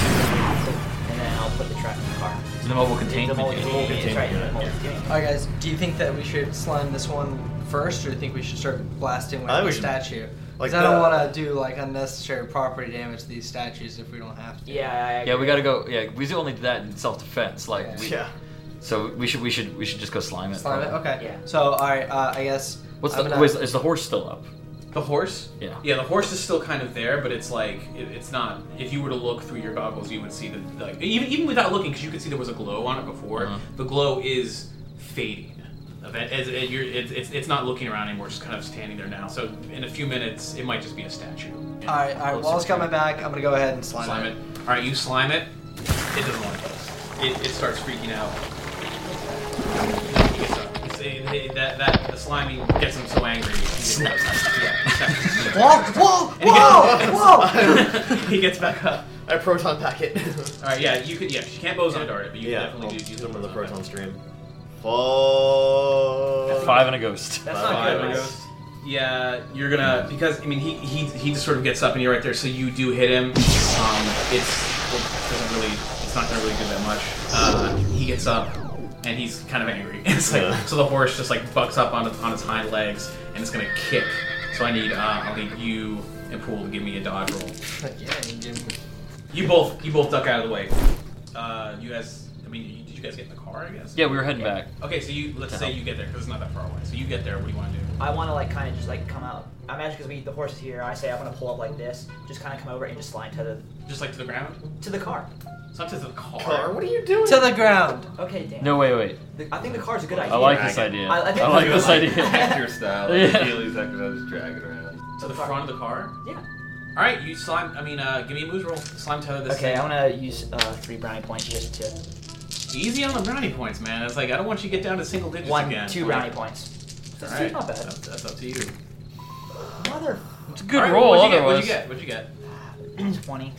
And then I'll put the trap in the car. the mobile containment. The mobile unit. containment unit, that's right, the mobile containment Alright, guys, do you think that we should slime this one first, or do you think we should start blasting with I think the we should- statue? like Because I don't the- want to do like unnecessary property damage to these statues if we don't have to. Yeah. Yeah, we gotta go. Yeah, we only did that in self-defense. Like, we, Yeah. So we should we should we should just go slime it. Slime it? probably. Okay. Yeah. So, alright, uh, I guess. What's I'm the, gonna- wait, is, is the horse still up? The horse? Yeah. Yeah, the horse is still kind of there, but it's like it, it's not. If you were to look through your goggles, you would see that, like, even even without looking, because you could see there was a glow on it before. The glow is fading. Of it- as- as you're- it's, it's, it's not looking around anymore. It's just kind of standing there now. So in a few minutes, it might just be a statue. Alright, alright, Wall's got my back. I'm gonna go ahead and slime, Slime it. it. All right, you slime it. It doesn't want to. It, it starts freaking out. He gets up. It's- it- it- that, that, the slimy gets him so angry. he gets- Yeah. Whoa, whoa, And he gets- whoa, he gets back up. I proton pack it. All right, yeah, you could, yeah, you can't boson dart it, but you Yeah, can definitely do use Give him the proton stream. A Fuck. Five and a ghost. That's not good, man. Yeah, you're gonna because I mean he he he just sort of gets up and you're right there, so you do hit him. Um, it's it doesn't really it's not gonna really do that much. Uh, he gets up and he's kind of angry. It's like Yeah. so the horse just like bucks up on its on its hind legs and it's gonna kick. So I need uh, I'll need you and Pool to give me a dodge roll. Yeah, you give me- You both you both duck out of the way. Uh, you guys, I mean, you- did you guys get in the car? I guess. Yeah, we were heading back. Okay, so you let's say you get there because it's not that far away. So you get there. What do you want to do? I want to like kind of just like come out. I imagine because we the horse is here. I say I want to pull up like this, just kind of come over and just slide to the Just like to the ground? to the car. It's not to the car. Car, what are you doing? To the ground. Okay, damn. No, wait, wait. The- I think the car's a good idea. I like this idea. I, I, think I like this idea. Actor style. Yeah. Achilles actor, I just drag it around. To the front of the car? Yeah. All right, you slime. I mean, uh, give me a moves roll. Slime toe this. Okay, thing. I want to use uh, three brownie points just to Easy on the brownie points, man. It's like I don't want you to get down to single digits one, again. two Like- brownie points. All That's right, not bad. That's, that's up to you. Mother. It's a good All right, roll, What'd you, otherwise. get? what'd you get? What'd you get? Twenty.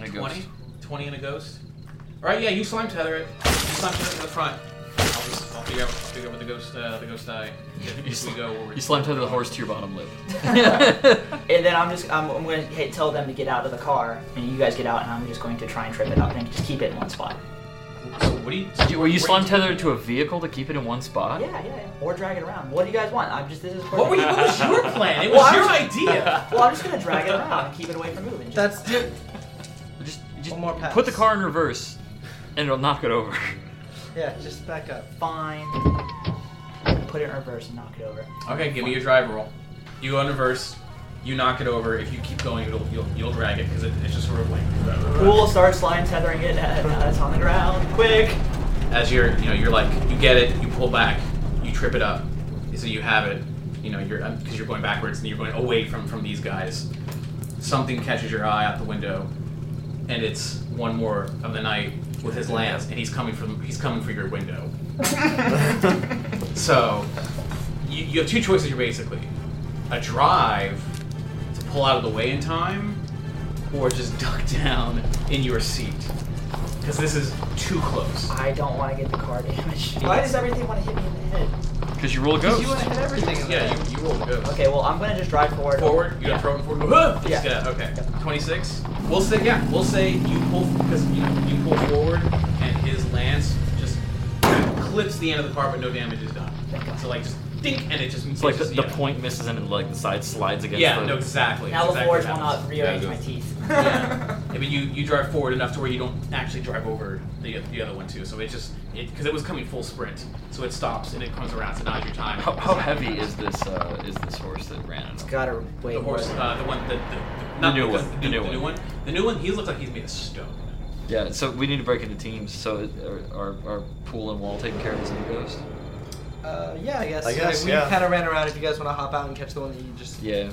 And a ghost. 20? 20 and a ghost. All right, yeah, you slime tether it. You slime tether it to the front. I'll, just, I'll figure out. I'll figure out what the ghost. Uh, the ghost die. If, if we go. Where You slammed tether the horse to your bottom lip. and then I'm just I'm, I'm going to tell them to get out of the car, and you guys get out, and I'm just going to try and trip it up and just keep it in one spot. what do you? Did you were you slime tethered to a vehicle to keep it in one spot? Yeah, yeah, yeah. Or drag it around. What do you guys want? I'm just this is What were you- what was your plan? It was I'm your just- idea. Well, I'm just going to drag it around and keep it away from moving. Just, That's it. Just, just one more pass. Put the car in reverse, and it'll knock it over. Yeah, just back up. Fine. Put it in reverse and knock it over. Okay, give me your drive roll. You go in reverse. You knock it over. If you keep going, it'll, you'll you'll drag it because it, it's just sort of like. Cool. Starts line tethering it. and now it's on the ground. Quick. as you're you know you're like you get it you pull back you trip it up so you have it you know you're because you're going backwards and you're going away from from these guys something catches your eye out the window and it's one more of the night with his lance and he's coming from he's coming for your window so you, you have two choices here basically a drive to pull out of the way in time or just duck down in your seat because this is too close I don't want to get the car damaged. Why does everything want to hit me in the head? Because you roll a Because ghost. you wanna hit everything in the Yeah, head. you, you rolled a ghost. Okay, well, I'm going to just drive forward. Forward, you gotta throw it forward. Whoa! Just Yeah. get out. Okay. 26. We'll say, yeah, we'll say you pull, because you, know, you pull forward and his lance just clips the end of the car, but no damage is done. So, like, just dink, and it just It's like the, just- the yeah. point misses and it, like the side slides against. Yeah, the... no, exactly. Now the exactly forge what will happens. not rearrange my teeth. Yeah. Yeah, but you, you drive forward enough to where you don't actually drive over the, the other one too. So it just it because it was coming full sprint, so it stops and it comes around. So now your time. How, how heavy is this? Uh, is this horse that ran? It's gotta wait. The horse, uh, the one, the, the, the, The not new because one, The, the new, new the new one. The new one. He looks like he's made of stone. Yeah, so we need to break into teams. So our, our, our pool and wall taking care of this new ghost. Uh, yeah, I guess. I guess, we yeah. kind of ran around. If you guys want to hop out and catch the one that you just. Yeah.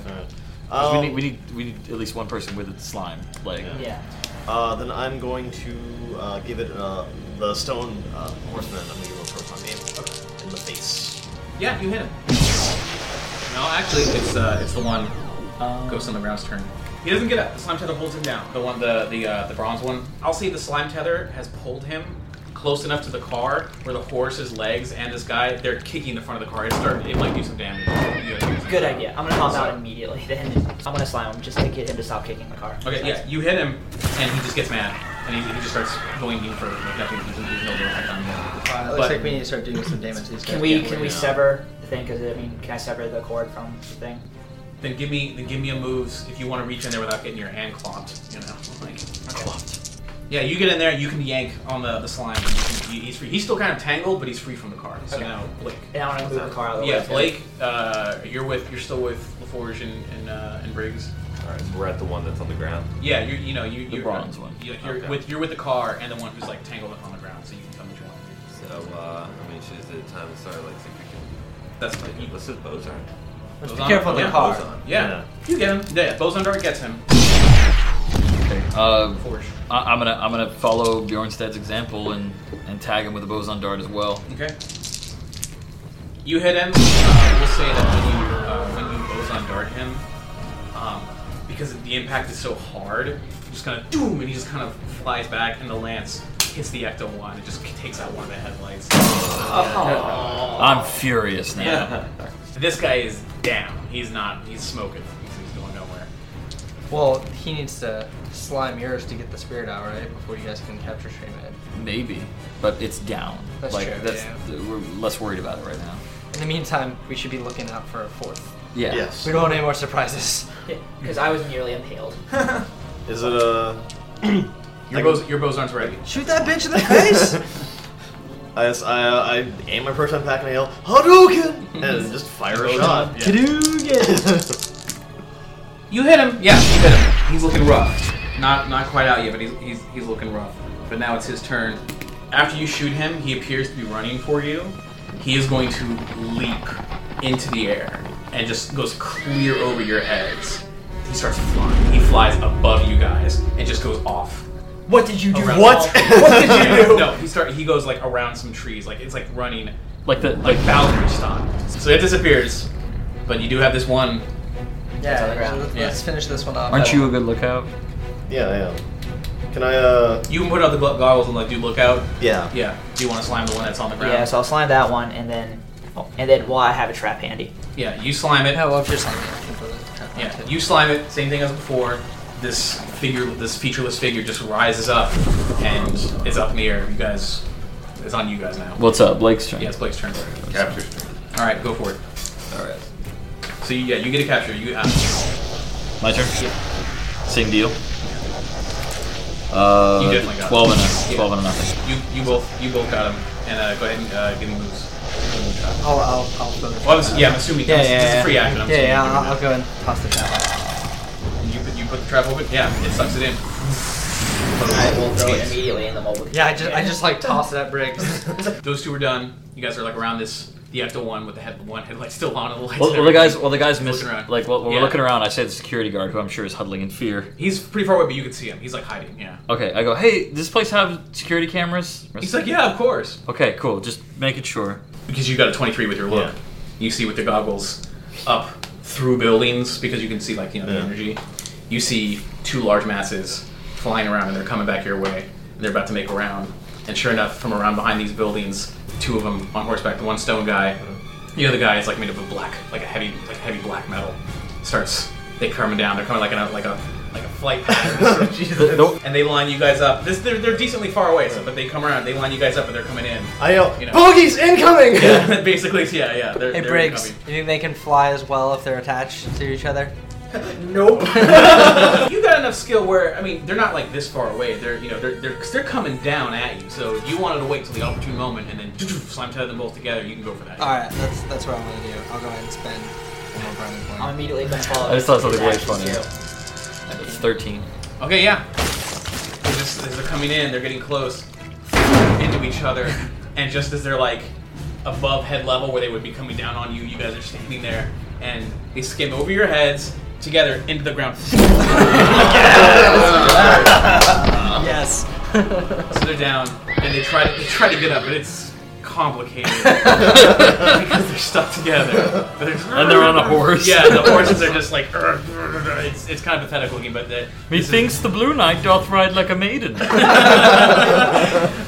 Um, 'Cause we need we need we need at least one person with a slime. Like Yeah. Uh, then I'm going to uh, give it uh, the stone uh, horseman. I'm going to give it a proton beam in the face. Yeah, you hit him. No, actually, it's uh, it's the one Um, ghost on the ground's turn. He doesn't get up. The slime tether holds him down. The one, the the uh, the bronze one. I'll say the slime tether has pulled him close enough to the car where the horse's legs and this guy they're kicking the front of the car. It started. It might do some damage. You gotta do some- Good idea. I'm gonna hop out immediately. Then I'm gonna slam him just to get him to stop kicking the car. Okay, yeah, you hit him, and he just gets mad, and he, he just starts going in for like nothing. There's no- there's no real attack on him. Uh, it looks But- like we need to start doing some damage to these guys. Can we Yeah, can we're we down. sever the thing? Because I mean, can I sever the cord from the thing? Then give me then give me a moves if you want to reach in there without getting your hand clomped. You know, like clomped. Yeah, you get in there, you can yank on the, the slime. and You can, he- he's free. He's still kind of tangled, but he's free from the car. So Okay. now Blake. And I want to move the car out of the way. Yeah, too. Blake, uh, you're with you're still with LaForge and and, uh, and Briggs. All right, so we're at the one that's on the ground. Yeah, you you know you The you're, bronze one. You're, you're Okay. with you're with the car and the one who's like tangled up on the ground, so you can come which one. So, uh, how many shoes at a time? Sorry, like, see if we can. That's like, let's just Bozarn. Let's be Bozon- careful of the yeah, car. Bozon. Yeah. you get him. Yeah, Bozon Dart gets him. Okay. Uh, Forge. I, I'm gonna I'm gonna follow Bjornstad's example and and tag him with a boson dart as well. Okay. You hit him. Uh, we'll say that when you uh, when you boson dart him, um, because the impact is so hard, you just kind of doom, and he just kind of flies back, and the lance hits the ecto one. It just takes out one of the headlights. Oh. I'm furious now. Yeah. This guy is down. He's not. He's smoking. He's, he's going nowhere. Well, he needs to slime yours to get the spirit out, right? Before you guys can capture stream it. Maybe, but it's down. That's like true, that's yeah. th- we're less worried about it right now. In the meantime, we should be looking out for a fourth. Yeah. Yes. We don't want any more surprises. Because I was nearly impaled. Is it a. Your bows, your bows aren't ready. Shoot that bitch in the face! I, s- I, uh, I aim my proton pack and I yell, Hadouken! And just fire a Bozon, shot. yeah. Hadouken! You hit him. Yeah, you hit him. He's looking rough. Not not quite out yet, but he's he's, he's looking rough. But now it's his turn. After you shoot him, he appears to be running for you. He is going to leap into the air and just goes clear over your heads. He starts flying. He flies above you guys and just goes off. What did you do? around- What? What did you do? No, he start. He goes like around some trees. Like it's like running, like the like Bowser style. So it disappears, but you do have this one. Yeah, on the ground. let's, Yeah. let's finish this one off. Aren't you a good lookout? Yeah, I am. Can I, uh. You can put on the glo- goggles and like do look out. Yeah. Yeah. Do you want to slime the one that's on the ground? Yeah, so I'll slime that one, and then, and then, well, I have a trap handy. Yeah, you slime it. Oh, well, if you're slime it. Yeah, you slime it. Same thing as before. This figure, this featureless figure, just rises up, and it's up in the air. You guys, it's on you guys now. What's up? Blake's turn. Yeah, it's Blake's turn. Capture. All right, go for it. All right. So you- yeah, you get a capture. You uh, My turn. Yeah. Same deal. Uh, you definitely got twelve him. and a Yeah. twelve and a nothing. You you both you both got him. And uh, go ahead and uh, give me moves. I'll, I'll, I'll throw this Well, I was- one yeah, out. I'm assuming- I'm- this is a free action, I'm yeah, assuming yeah, you're I'll, doing I'll go and toss the trap. And you put you put the trap open. Yeah, it sucks it in. I will throw it immediately in the mobile. Yeah, I just, I just like toss it at Briggs. Those two are done. You guys are like around this the Ecto one with the head one headlight still on and the lights. Well, and well, the everything. guys, well, the guys miss. Looking around. Like, well, while Yeah. we're looking around, I say the security guard, who I'm sure is huddling in fear. He's pretty far away, but you can see him. He's like hiding. Yeah. Okay, I go, hey, does this place have security cameras? He's like, yeah, of course. Okay, cool. Just making sure. Because you got a 23 with your look. You see with the goggles up through buildings because you can see like you know the Yeah. energy. You see two large masses flying around and they're coming back your way and they're about to make a round. And sure enough, from around behind these buildings, two of them on horseback. The one stone guy, the other guy is like made of a black, like a heavy, like heavy black metal. Starts they coming down. They're coming like in a like a like a flight pattern. Jesus. and they line you guys up. This they're, they're decently far away, so but they come around. They line you guys up and they're coming in. I yell, You know. Bogies incoming! Yeah, basically, yeah, yeah. They're, Hey they're Briggs, incoming. you think they can fly as well if they're attached to each other? Nope. you got enough skill where I mean, they're not like this far away. They're you know they're they're, they they're coming down at you. So if you wanted to wait till the opportune moment and then slam tether them both together. You can go for that. All right, that's that's what I'm gonna do. I'll go ahead and spend one more burning point. I'm immediately gonna follow. I just thought something his way actions, funny. too. It's thirteen. Okay, yeah. They're just as they're coming in, they're getting close into each other, and just as they're like above head level where they would be coming down on you, you guys are standing there, and they skim over your heads together into the ground. Yes. So they're down, and they try to they try to get up, but it's complicated because they're stuck together. But they're And they're on a horse. Ah. Yeah, the horses are just like "Urgh, urgh, urgh." it's it's kind of pathetic looking, but the, Methinks the blue knight doth ride like a maiden.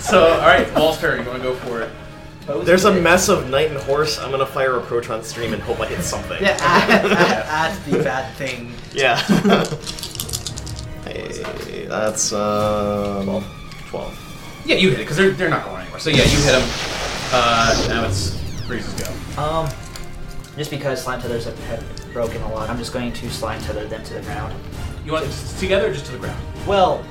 so all right, Wall's turn. You want to go for it? There's a mess of knight and horse. I'm gonna fire a proton stream and hope I hit something. Yeah, add, add, add the bad thing. Yeah. hey, that's um, 12. Yeah, you hit it because they're they're not going anywhere. So yeah, you hit them. Uh, now it's Breeze's go. Um, just because slime tethers have, have broken a lot, I'm just going to slime tether them to the ground. You want it together or just to the ground? Well,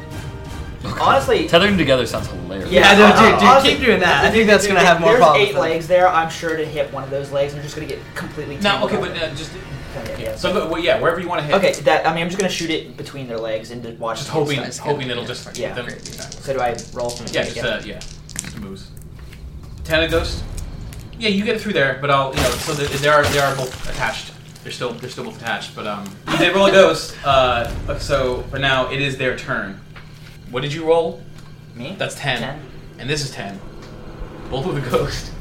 honestly, uh, Tethering together sounds hilarious. Yeah, no, dude, dude, honestly, keep doing that. I dude, think that's dude, gonna have more there's problems. eight legs there. I'm sure to hit one of those legs, and they're just gonna get completely. No, tangled okay, up. but uh, just Yeah, yeah. so go, well, yeah, wherever you want to hit. Okay, that I mean, I'm just gonna shoot it between their legs and just watch. Just the hoping inside. hoping it'll just Yeah. them- yeah. So do I roll? Yeah, just uh, yeah, just moves. Tana Ghost. Yeah, you get it through there, but I'll you know so th- they are they are both attached. They're still they're still both attached, but um they roll a ghost. Uh, okay, so but now it is their turn. What did you roll? Me? That's ten, Ten. and this is ten. Both with a ghost.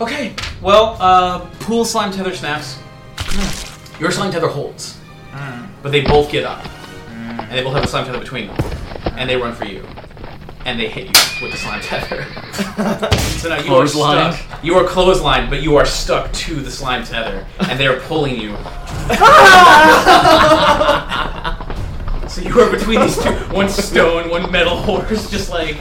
Okay, well, uh, pool slime tether snaps. Your slime tether holds, but they both get up, and they both have a slime tether between them, and they run for you, and they hit you with the slime tether. so now you are Clothesline. stuck. You are clotheslined, but you are stuck to the slime tether, and they are pulling you. so you are between these two, one stone, one metal horse, just like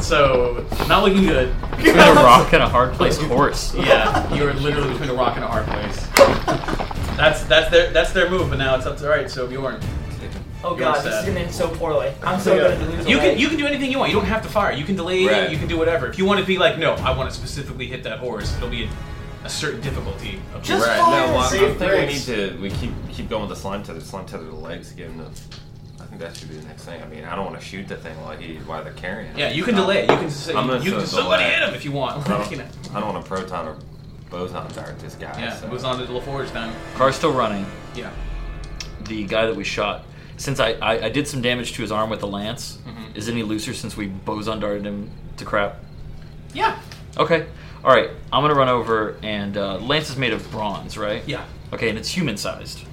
so. Not looking good. Between a rock and a hard place horse. Yeah, you are literally between a rock and a hard place. That's that's their that's their move, but now it's up to all right. So Bjorn, Oh You're god, this sad. is gonna end so poorly. I'm so good at losing. you can you can do anything you want. You don't have to fire. You can delay. Right. You can do whatever. If you want to be like, no, I want to specifically hit that horse. It'll be a, a certain difficulty. Of Just right. fire No, and well, I save think we need Briggs. to. We keep keep going with the slime tether. Slime tether the legs again. The, I think that should be the next thing. I mean, I don't want to shoot the thing while he while they're carrying. it. yeah, you can delay. You can say, I'm gonna you throw can the somebody leg. hit him if you want. I Like, you know. don't, I don't want a proton or boson dart this guy. Yeah, so. moves on to LaForge then. Car's still running. Yeah. the guy that we shot, since I, I, I did some damage to his arm with the lance, Mhm. is any looser since we boson darted him to crap? Yeah. Okay. All right. I'm gonna run over and uh, lance is made of bronze, right? Yeah. Okay, and it's human sized.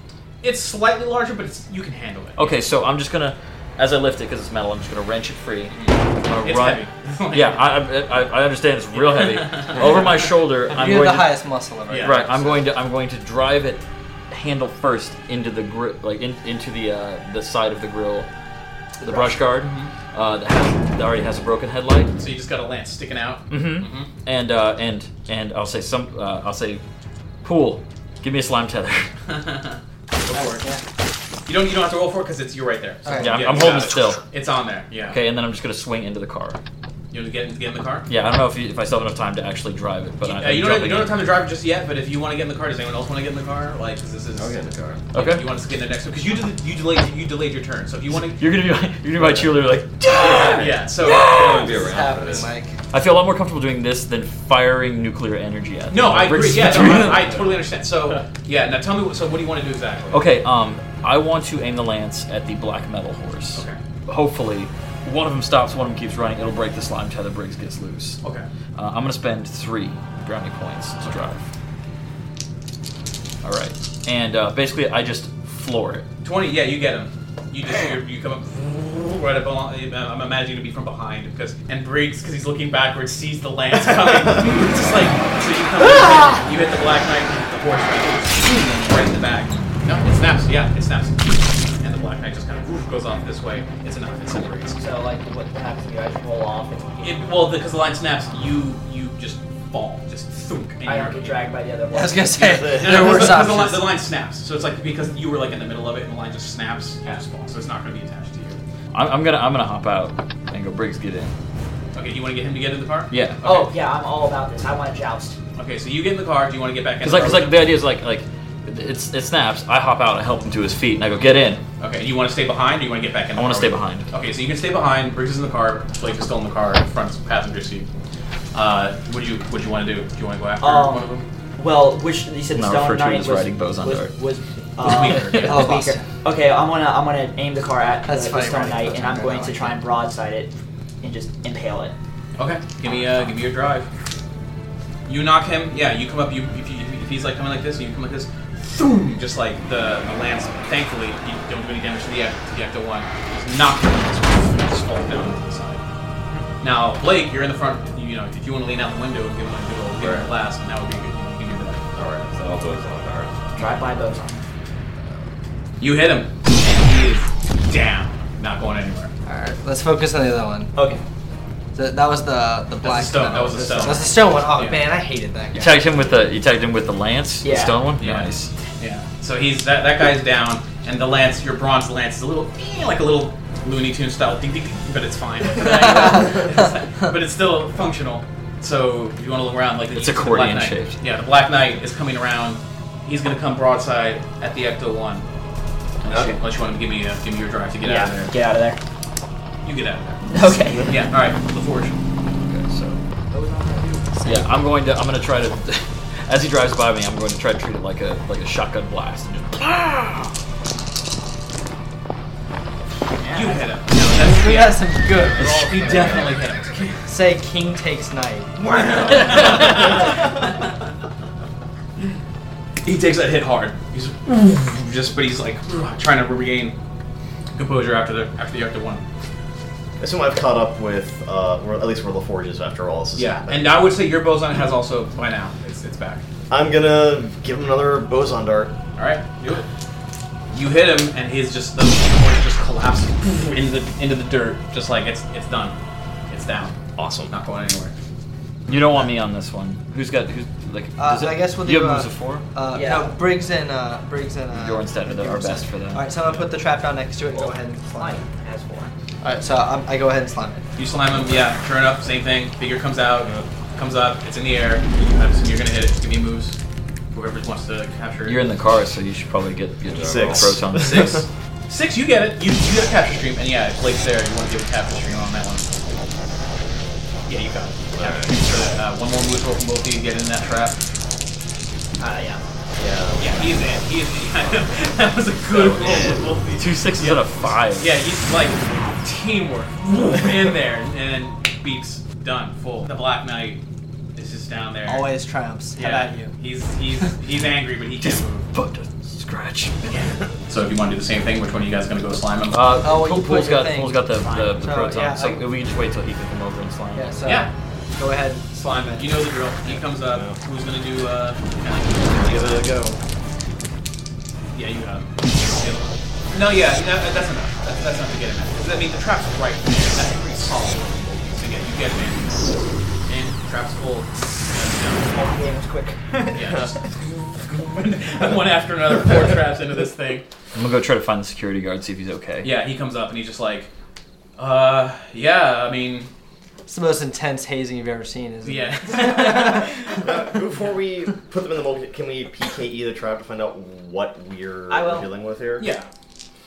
It's slightly larger, but it's you can handle it. Okay, so I'm just gonna, as I lift it because it's metal, I'm just gonna wrench it free. I'm gonna Mm-hmm. It's run. heavy. yeah, I, I, I- I understand it's real heavy. Over my shoulder, I'm You're going the to, highest muscle of our Right, group, I'm so- going to I'm going to drive it handle first into the grip, like in, into the uh, the side of the grill, the, brush, guard Mm-hmm. uh, that, has, that already has a broken headlight. So you just got a lance sticking out. Mm-hmm. And uh, and and I'll say some. Uh, I'll say, pool. Give me a slime tether. Go for it. You don't you don't have to roll for it because it's you're right there. So, Yeah, I'm- you I'm got holding it. still. It's on there. Yeah. Okay, and then I'm just gonna swing into the car. You want to get, get in the car? Yeah, I don't know if, you, if I still have enough time to actually drive it, but I, Uh, I'm you don't, have, you jumping don't have in. time to drive it just yet, but if you want to get in the car, does anyone else want to get in the car? Like, 'cause this is. I'll get in the car. Okay. You want us to get in the next one because you did, you delayed you delayed your turn. So if you want to, You're gonna be my, you're gonna be my cheerleader, like. yeah. So Oh, yeah. This is happening, I feel a lot more comfortable doing this than firing nuclear energy at. No, them. I That brings agree. me Yeah, to- no, I, I totally understand. So yeah, now tell me. What, so what do you want to do exactly? Okay, um, I want to aim the lance at the black metal horse. Okay. Hopefully, one of them stops, one of them keeps running. It'll break the slime tether. Briggs gets loose. Okay. Uh, I'm gonna spend three brownie points to drive. All right, and uh, basically I just floor it. Twenty. Yeah, you get him. You just you're, you come up right up. along- I'm imagining to be from behind because and Briggs because he's looking backwards sees the lance coming. it's just like so you come. in, you hit the black knight. The horse right, right in the back. No, it snaps. Yeah, it snaps. And the black knight just kind of goes off this way. It's enough. It separates. So like, what happens if you guys roll off? And It, well, because the line snaps, you you just fall, just thunk. And I you're- don't get dragged by the other one. I was gonna say, No, no, there were because the, line, options. the line snaps, so it's like because you were like in the middle of it, and the line just snaps, you just fall. So it's not going to be attached to you. I'm, I'm gonna I'm gonna hop out and go. Briggs, get in. Okay, you want to get him to get in the car? Yeah. Okay. Oh yeah, I'm all about this. I want to joust. Okay, so you get in the car. Do you want to get back in? Because the like, car 'cause, like the idea is like like it's it snaps. I hop out. I help him to his feet, and I go get in. Okay, you want to stay behind, or you want to get back in? The I wanna car? stay behind. Okay, so you can stay behind. Briggs is in the car. Blake is still in the car. Front passenger seat. Uh, would you Would you want to do? Do you want to go after Um, one of them? Well, which you said Now Stone referred to Knight as was, riding bows on was, dart. was, Was uh, weaker, yeah. was Holocaust. weaker. Okay, I'm gonna I'm gonna aim the car at That's the, the funny, Stone riding Knight, bows and on I'm dart, going I to like try and broadside it and just impale it. Okay, give me uh, give me your drive. You knock him. Yeah, you come up. You if, you, if he's like coming like this, you come like this. Thoom! Just like the, the lance. Thankfully, you don't do any damage to the act, to the Ecto one. Just knock him. Just fall down to the side. Now, Blake, you're in the front. You know, if you want to lean out the window and give him a good old give him a blast, that would be good. You can do that. All right. So I'll bows on guard. Drive by bows on. You hit him, and he is down. Not going anywhere. All right, let's focus on the other one. Okay. So that was the the black. stone, metal. that was the This- stone. That's the stone one. Oh Yeah. man, I hated that You guy. tagged him with the you tagged him with the lance, the Yeah. stone one. Yeah. Nice. Yeah. So he's that that guy's down, and the lance, your bronze lance, is a little eh, like a little Looney Tune style ding ding ding, but it's fine. but it's still functional. So if you want to look around, like It's the, the accordion Black Knight- shaped. Yeah, the Black Knight is coming around. He's gonna come broadside at the Ecto One. Unless, you, unless you want to give me a, give me your drive to get out of Yeah, there. Get out of there. You get out of there. Okay. Yeah. All right. The forge. Okay, so yeah, I'm going to I'm gonna try to as he drives by me, I'm going to try to treat it like a like a shotgun blast. And just, You hit him. No, that's, We got some good. You definitely hit him. Say king takes knight. He takes that hit hard. He's just, but he's like trying to regain composure after the after the Arctic one. I assume I've caught up with, uh, or at least where LaForge is after all. This is Yeah, happening. and I would say your boson has also by now. It's, it's back. I'm gonna give him another boson dart. All right, do it. You hit him, and he's just the horse just collapses into the into the dirt, just like it's it's done, it's down. Awesome, not going anywhere. you don't want me on this one. Who's got who's like? Uh, does it- I guess we'll you do. have uh, moves of four. Uh, Yeah. No, Briggs and uh, Briggs and uh, Bjornstad are the- are Bjornstad. best for that. All right, so I'm gonna put the trap down next to it and go ahead and slime it. Has four. All right, so I'm, I go ahead and slime it. You slam him, yeah. Turn up, same thing. Figure comes out, comes up. It's in the air. I assume you're gonna hit it. Give me moves. Whoever wants to capture. it. You're in the car, so you should probably get get Six. proton. Six. Six, you get it. You, you get a capture stream, and yeah, Blake's there. You want to give a capture stream on that one? Yeah, you got it. Capture Ah, stream for that. Uh, one more move roll from both of you get in that trap. Uh, yeah. Yeah. Yeah. he's in. He is. that was a good roll. Two sixes out of five. Yeah, he's like teamwork in there and beats done full. The Black Knight is just down there. Always triumphs. How about you? He's he's he's angry, but he can't move. Scratch. So if you want to do the same thing, which one are you guys gonna go slime him? Uh, Oh, well, Pool- you put Pool's your got, thing. Pool's got the, Fine. the, the So, proton, yeah, so I- we can just wait till he can come over and slime. Yeah, so Yeah. go ahead, slime it. You know the drill. He comes up. Who's gonna do? uh... Give it a go. Yeah, you got. it. No, yeah, no, that's enough. That's, that's enough to get him. Out. I mean, the trap's right there. That's pretty solid. So yeah, you get him. in. And trap's full. And, Game was quick. um, yeah, just one after another, four traps into this thing. I'm gonna go try to find the security guard, see if he's okay. Yeah, he comes up and he's just like, uh, yeah, I mean, It's the most intense hazing you've ever seen, isn't yeah. Uh, before we put them in the mold, can we PKE the trap to find out what we're I will. dealing with here? Yeah.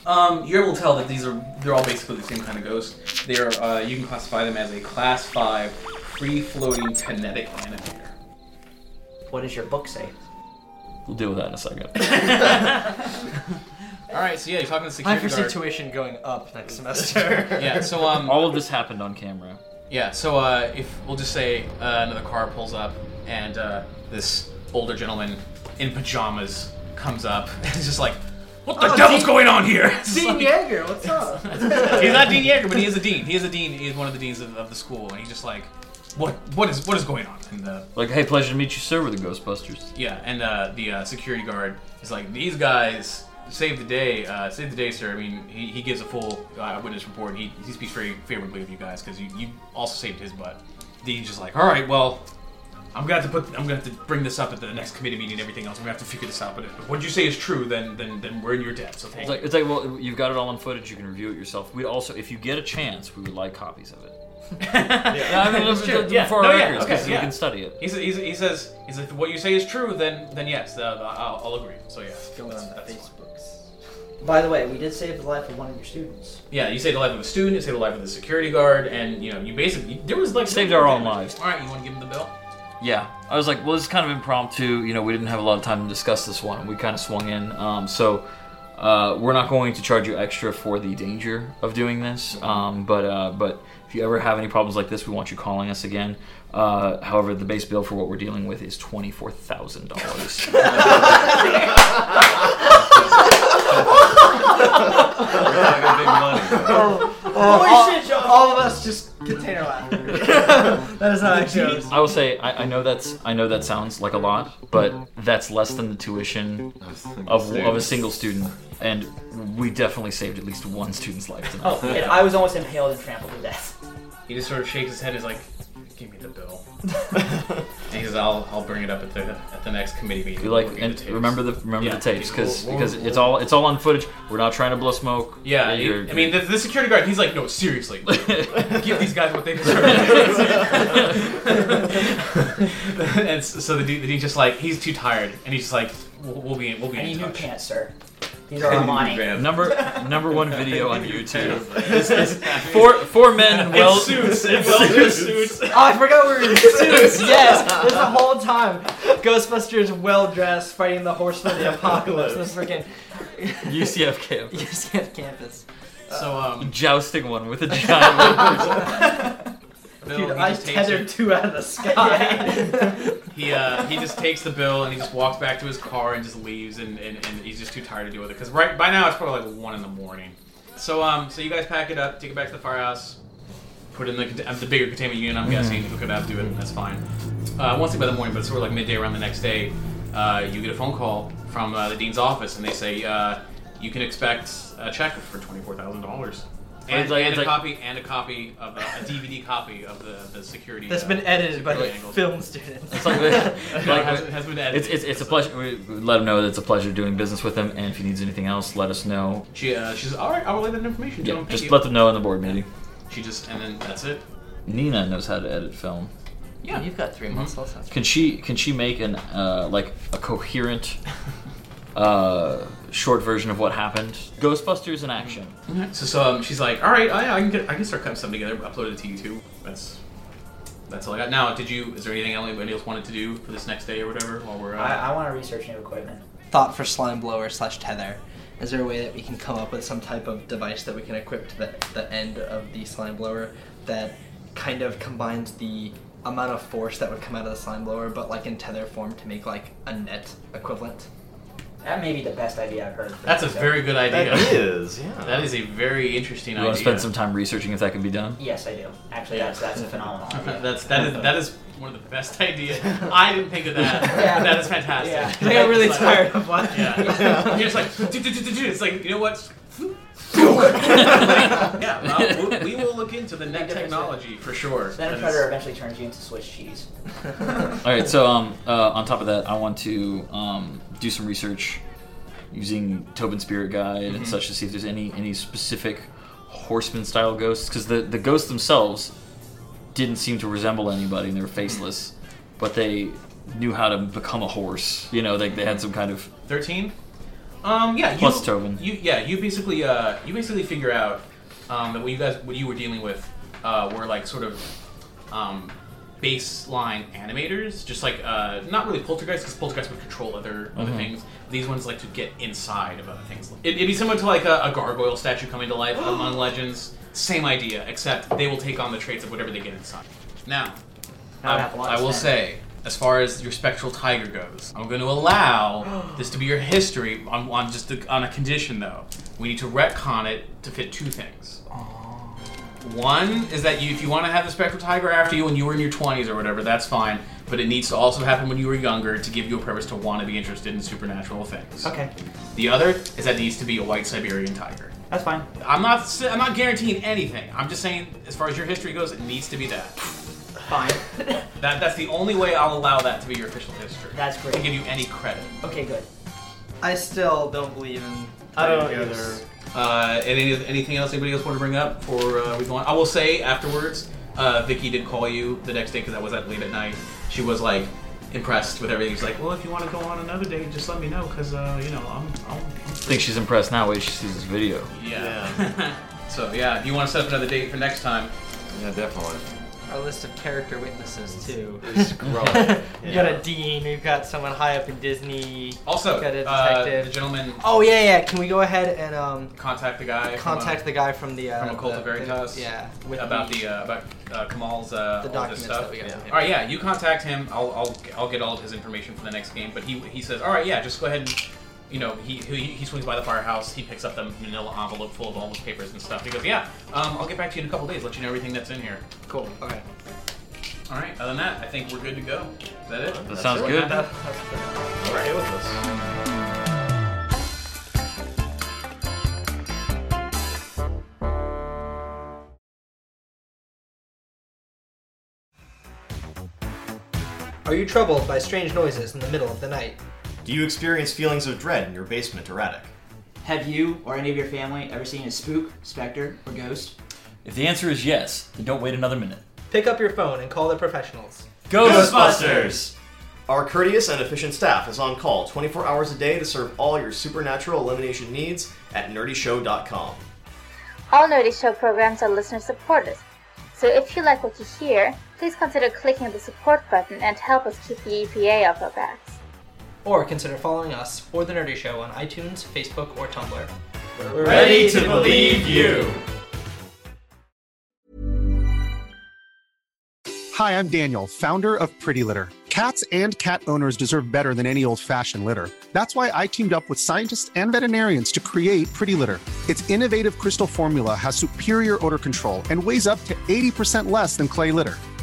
Um, you're able to tell that these are they're all basically the same kind of ghost. They are uh, you can classify them as a class five free floating kinetic animator. What does your book say? We'll deal with that in a second. Alright, so yeah, you're talking to the I security foresee guard. tuition going up next semester. Yeah, so um All of this happened on camera. Yeah, so uh, if we'll just say uh, another car pulls up and uh, this older gentleman in pajamas comes up and is just like, "What the Oh, devil's Dean- going on here?" It's Dean like- Yeager, what's up? he's not Dean Yeager, but he is a dean. He is a dean. He is one of the deans of, of the school, and he's just like, "What? What is? What is going on?" And the Like, hey, pleasure to meet you, sir, with the Ghostbusters. yeah, and uh, the uh, security guard is like, "These guys saved the day, uh, saved the day, sir." I mean, he, he gives a full uh, witness report. And he he speaks very favorably of you guys because you, you also saved his butt. Dean's just like, "All right, well, I'm gonna have to put I'm gonna have to bring this up at the next committee meeting and everything else. I'm gonna have to figure this out. But if what you say is true, then then then we're in your debt. So thank It's you." like, it's like, well, you've got it all on footage. You can review it yourself. We also, if you get a chance, we would like copies of it. yeah, I mean, It's it's true, yeah. for No, our yeah, records, okay, because yeah. we can study it. He says, he, he says, he says, if what you say is true, then then yes, uh, I'll, I'll agree. So yeah, that's- that's fine. By the way, we did save the life of one of your students. Yeah, you saved the life of a student, you saved the life of the security guard, and you know, you basically there was like Saved our own lives. All right, you want to give him the bill? Yeah, I was like, well, it's kind of impromptu. You know, we didn't have a lot of time to discuss this one. We kind of swung in. Um, so uh, we're not going to charge you extra for the danger of doing this. Um, but uh, but if you ever have any problems like this, we want you calling us again. Uh, however, the base bill for what we're dealing with is twenty four thousand dollars. Oh, Holy shit, John! All of us just container laughter. that is not actually. I will say, I, I know that's I know that sounds like a lot, but that's less than the tuition of, of a single student, and we definitely saved at least one student's life tonight. Oh, and I was almost impaled and trampled to death. He just sort of shakes his head. He's like, "Give me the bill." and he says, "I'll I'll bring it up at the at the next committee meeting." You We'll like review and tapes." remember the remember Yeah, the tapes because we'll- we'll- because it's all it's all on footage. We're not trying to blow smoke. Yeah, he- you're- I mean, the, the security guard. He's like, "No, seriously, give these guys what they deserve." and s- so the dude, the dude just like he's too tired, and he's just like, "We'll, we'll be we'll be I in need new touch." pants, sir. These are Armani. number number one video on YouTube. It's- it's four four men well suits, in well suits. Oh, I forgot we were in suits. Yes, this the whole time. Ghostbusters, well dressed, fighting the horsemen of the apocalypse. This freaking UCF camp UCF campus. So um, jousting one with a giant. Bill, Dude, he I just takes tethered it. two out of the sky. He uh, he just takes the bill and he just walks back to his car and just leaves and, and, and he's just too tired to deal with it because right by now it's probably like one in the morning. So um so you guys pack it up, take it back to the firehouse, put it in the cont- uh, the bigger containment unit. I'm guessing hook it up, do it, and that's fine. Uh, once by the morning, but it's sort of like midday around the next day. Uh, you get a phone call from uh, the dean's office and they say uh, you can expect a check for twenty four thousand dollars. And, It's like- and it's a like- copy and a copy of uh, a DVD copy of the, the security That's uh, been edited by the security angles. film students. It's like, the- No, like it hasn't- it hasn't been edited. it's, it's, it's a pleasure. We we let him know that it's a pleasure doing business with him, and if he needs anything else, let us know. She uh, she says, "All right, I will relay that information to Yeah, him." just Thank let you." them know in the board meeting. She just and then that's it. Nina knows how to edit film. Yeah. You've got three months left. that's- Can she can she make an uh, like a coherent uh, short version of what happened? Ghostbusters in action. oh, So so um, she's like, "All right, I, I can get, I can start cutting something together, upload it to YouTube." That's That's all I got. Now, did you? Is there anything anybody else wanted to do for this next day or whatever? While we're uh, I, I want to research new equipment. Thought for slime blower slash tether. Is there a way that we can come up with some type of device that we can equip to the, the end of the slime blower that kind of combines the amount of force that would come out of the slime blower, but like in tether form to make like a net equivalent? That may be the best idea I've heard. for That's a this, so- very good idea. That is, yeah. That is a very interesting You idea. want to spend some time researching if that can be done? Yes, I do. Actually, that's that's a phenomenal. idea. That's that is that is one of the best ideas. I didn't think of that. Yeah. That is fantastic. Yeah. I got really It's tired of watching. Yeah. You're just like, "Do, do, do, do, do." it's like you know what? yeah, well, we- we will look into the net technology for sure. Then a That is- predator eventually turns you into Swiss cheese. All right. So um, uh, on top of that, I want to um, do some research using Tobin Spirit Guide Mhm. and such to see if there's any any specific horseman style ghosts because the the ghosts themselves didn't seem to resemble anybody and they were faceless, but they knew how to become a horse. You know, they they had some kind of Thirteen. Um, yeah. You, Plus Tobin. You yeah. You basically uh, you basically figure out um, that what you guys what you were dealing with uh, were like sort of um, baseline animators, just like uh, not really poltergeists because poltergeists would control other other Mhm. things. These ones like to get inside of other things. It, it'd be similar to like a, a gargoyle statue coming to life among legends. Same idea, except they will take on the traits of whatever they get inside. Now, Now I I, have a lot I of will spend. say, as far as your spectral tiger goes, I'm going to allow this to be your history on, on just the, on a condition though. We need to retcon it to fit two things. One is that you, if you want to have the spectral tiger after you when you were in your 20s or whatever, that's fine. But it needs to also happen when you were younger to give you a purpose to want to be interested in supernatural things. Okay. The other is that it needs to be a white Siberian tiger. That's fine. I'm not. s- I'm not guaranteeing anything. I'm just saying, as far as your history goes, it needs to be that. Fine. That that's the only way I'll allow that to be your official history. That's great. To give you any credit. Okay, good. I still don't believe in. Yes. Uh, and any, anything else anybody else want to bring up for uh, we go on? I will say afterwards, uh, Vicky did call you the next day because I was at late at night. She was like impressed with everything. She's like, well, if you want to go on another day, just let me know because uh, you know I'm. I'm I think she's impressed now. Wait, she sees this video. yeah. so yeah, if you want to set up another date for next time. Yeah, definitely. Our list of character witnesses too Is growing. We've got a dean. We've got someone high up in Disney. Also, we've got a uh, detective. the gentleman- Oh yeah, yeah. Can we go ahead and um Contact the guy. from, uh, contact the guy from the uh, from a cult the- of Veritas. the- yeah, with about the, uh, about uh, Kamal's uh, The all of this documents stuff. that we got from him. All right, yeah, you contact him. I'll, I'll I'll get all of his information for the next game. But he he says, all right, yeah, just go ahead and. You know, he, he he swings by the firehouse. He picks up the manila envelope full of all those papers and stuff. He goes, "Yeah, um, I'll get back to you in a couple days. Let you know everything that's in here." Cool. Okay. All right. Other than that, I think we're good to go. Is that it? That sounds good. All right. With us. Are you troubled by strange noises in the middle of the night? Do you experience feelings of dread in your basement or attic? Have you or any of your family ever seen a spook, specter, or ghost? If the answer is yes, then don't wait another minute. Pick up your phone and call the professionals. Ghostbusters! Our courteous and efficient staff is on call 24 hours a day to serve all your supernatural elimination needs at nerdyshow.com. All Nerdy Show programs are listener supported, so if you like what you hear, please consider clicking the support button and help us keep the E EPA off our backs. Or consider following us or The Nerdy Show on iTunes, Facebook, or Tumblr. We're ready to believe you. Hi, I'm Daniel, founder of Pretty Litter. Cats and cat owners deserve better than any old fashioned litter. That's why I teamed up with scientists and veterinarians to create Pretty Litter. Its innovative crystal formula has superior odor control and weighs up to 80% less than clay litter.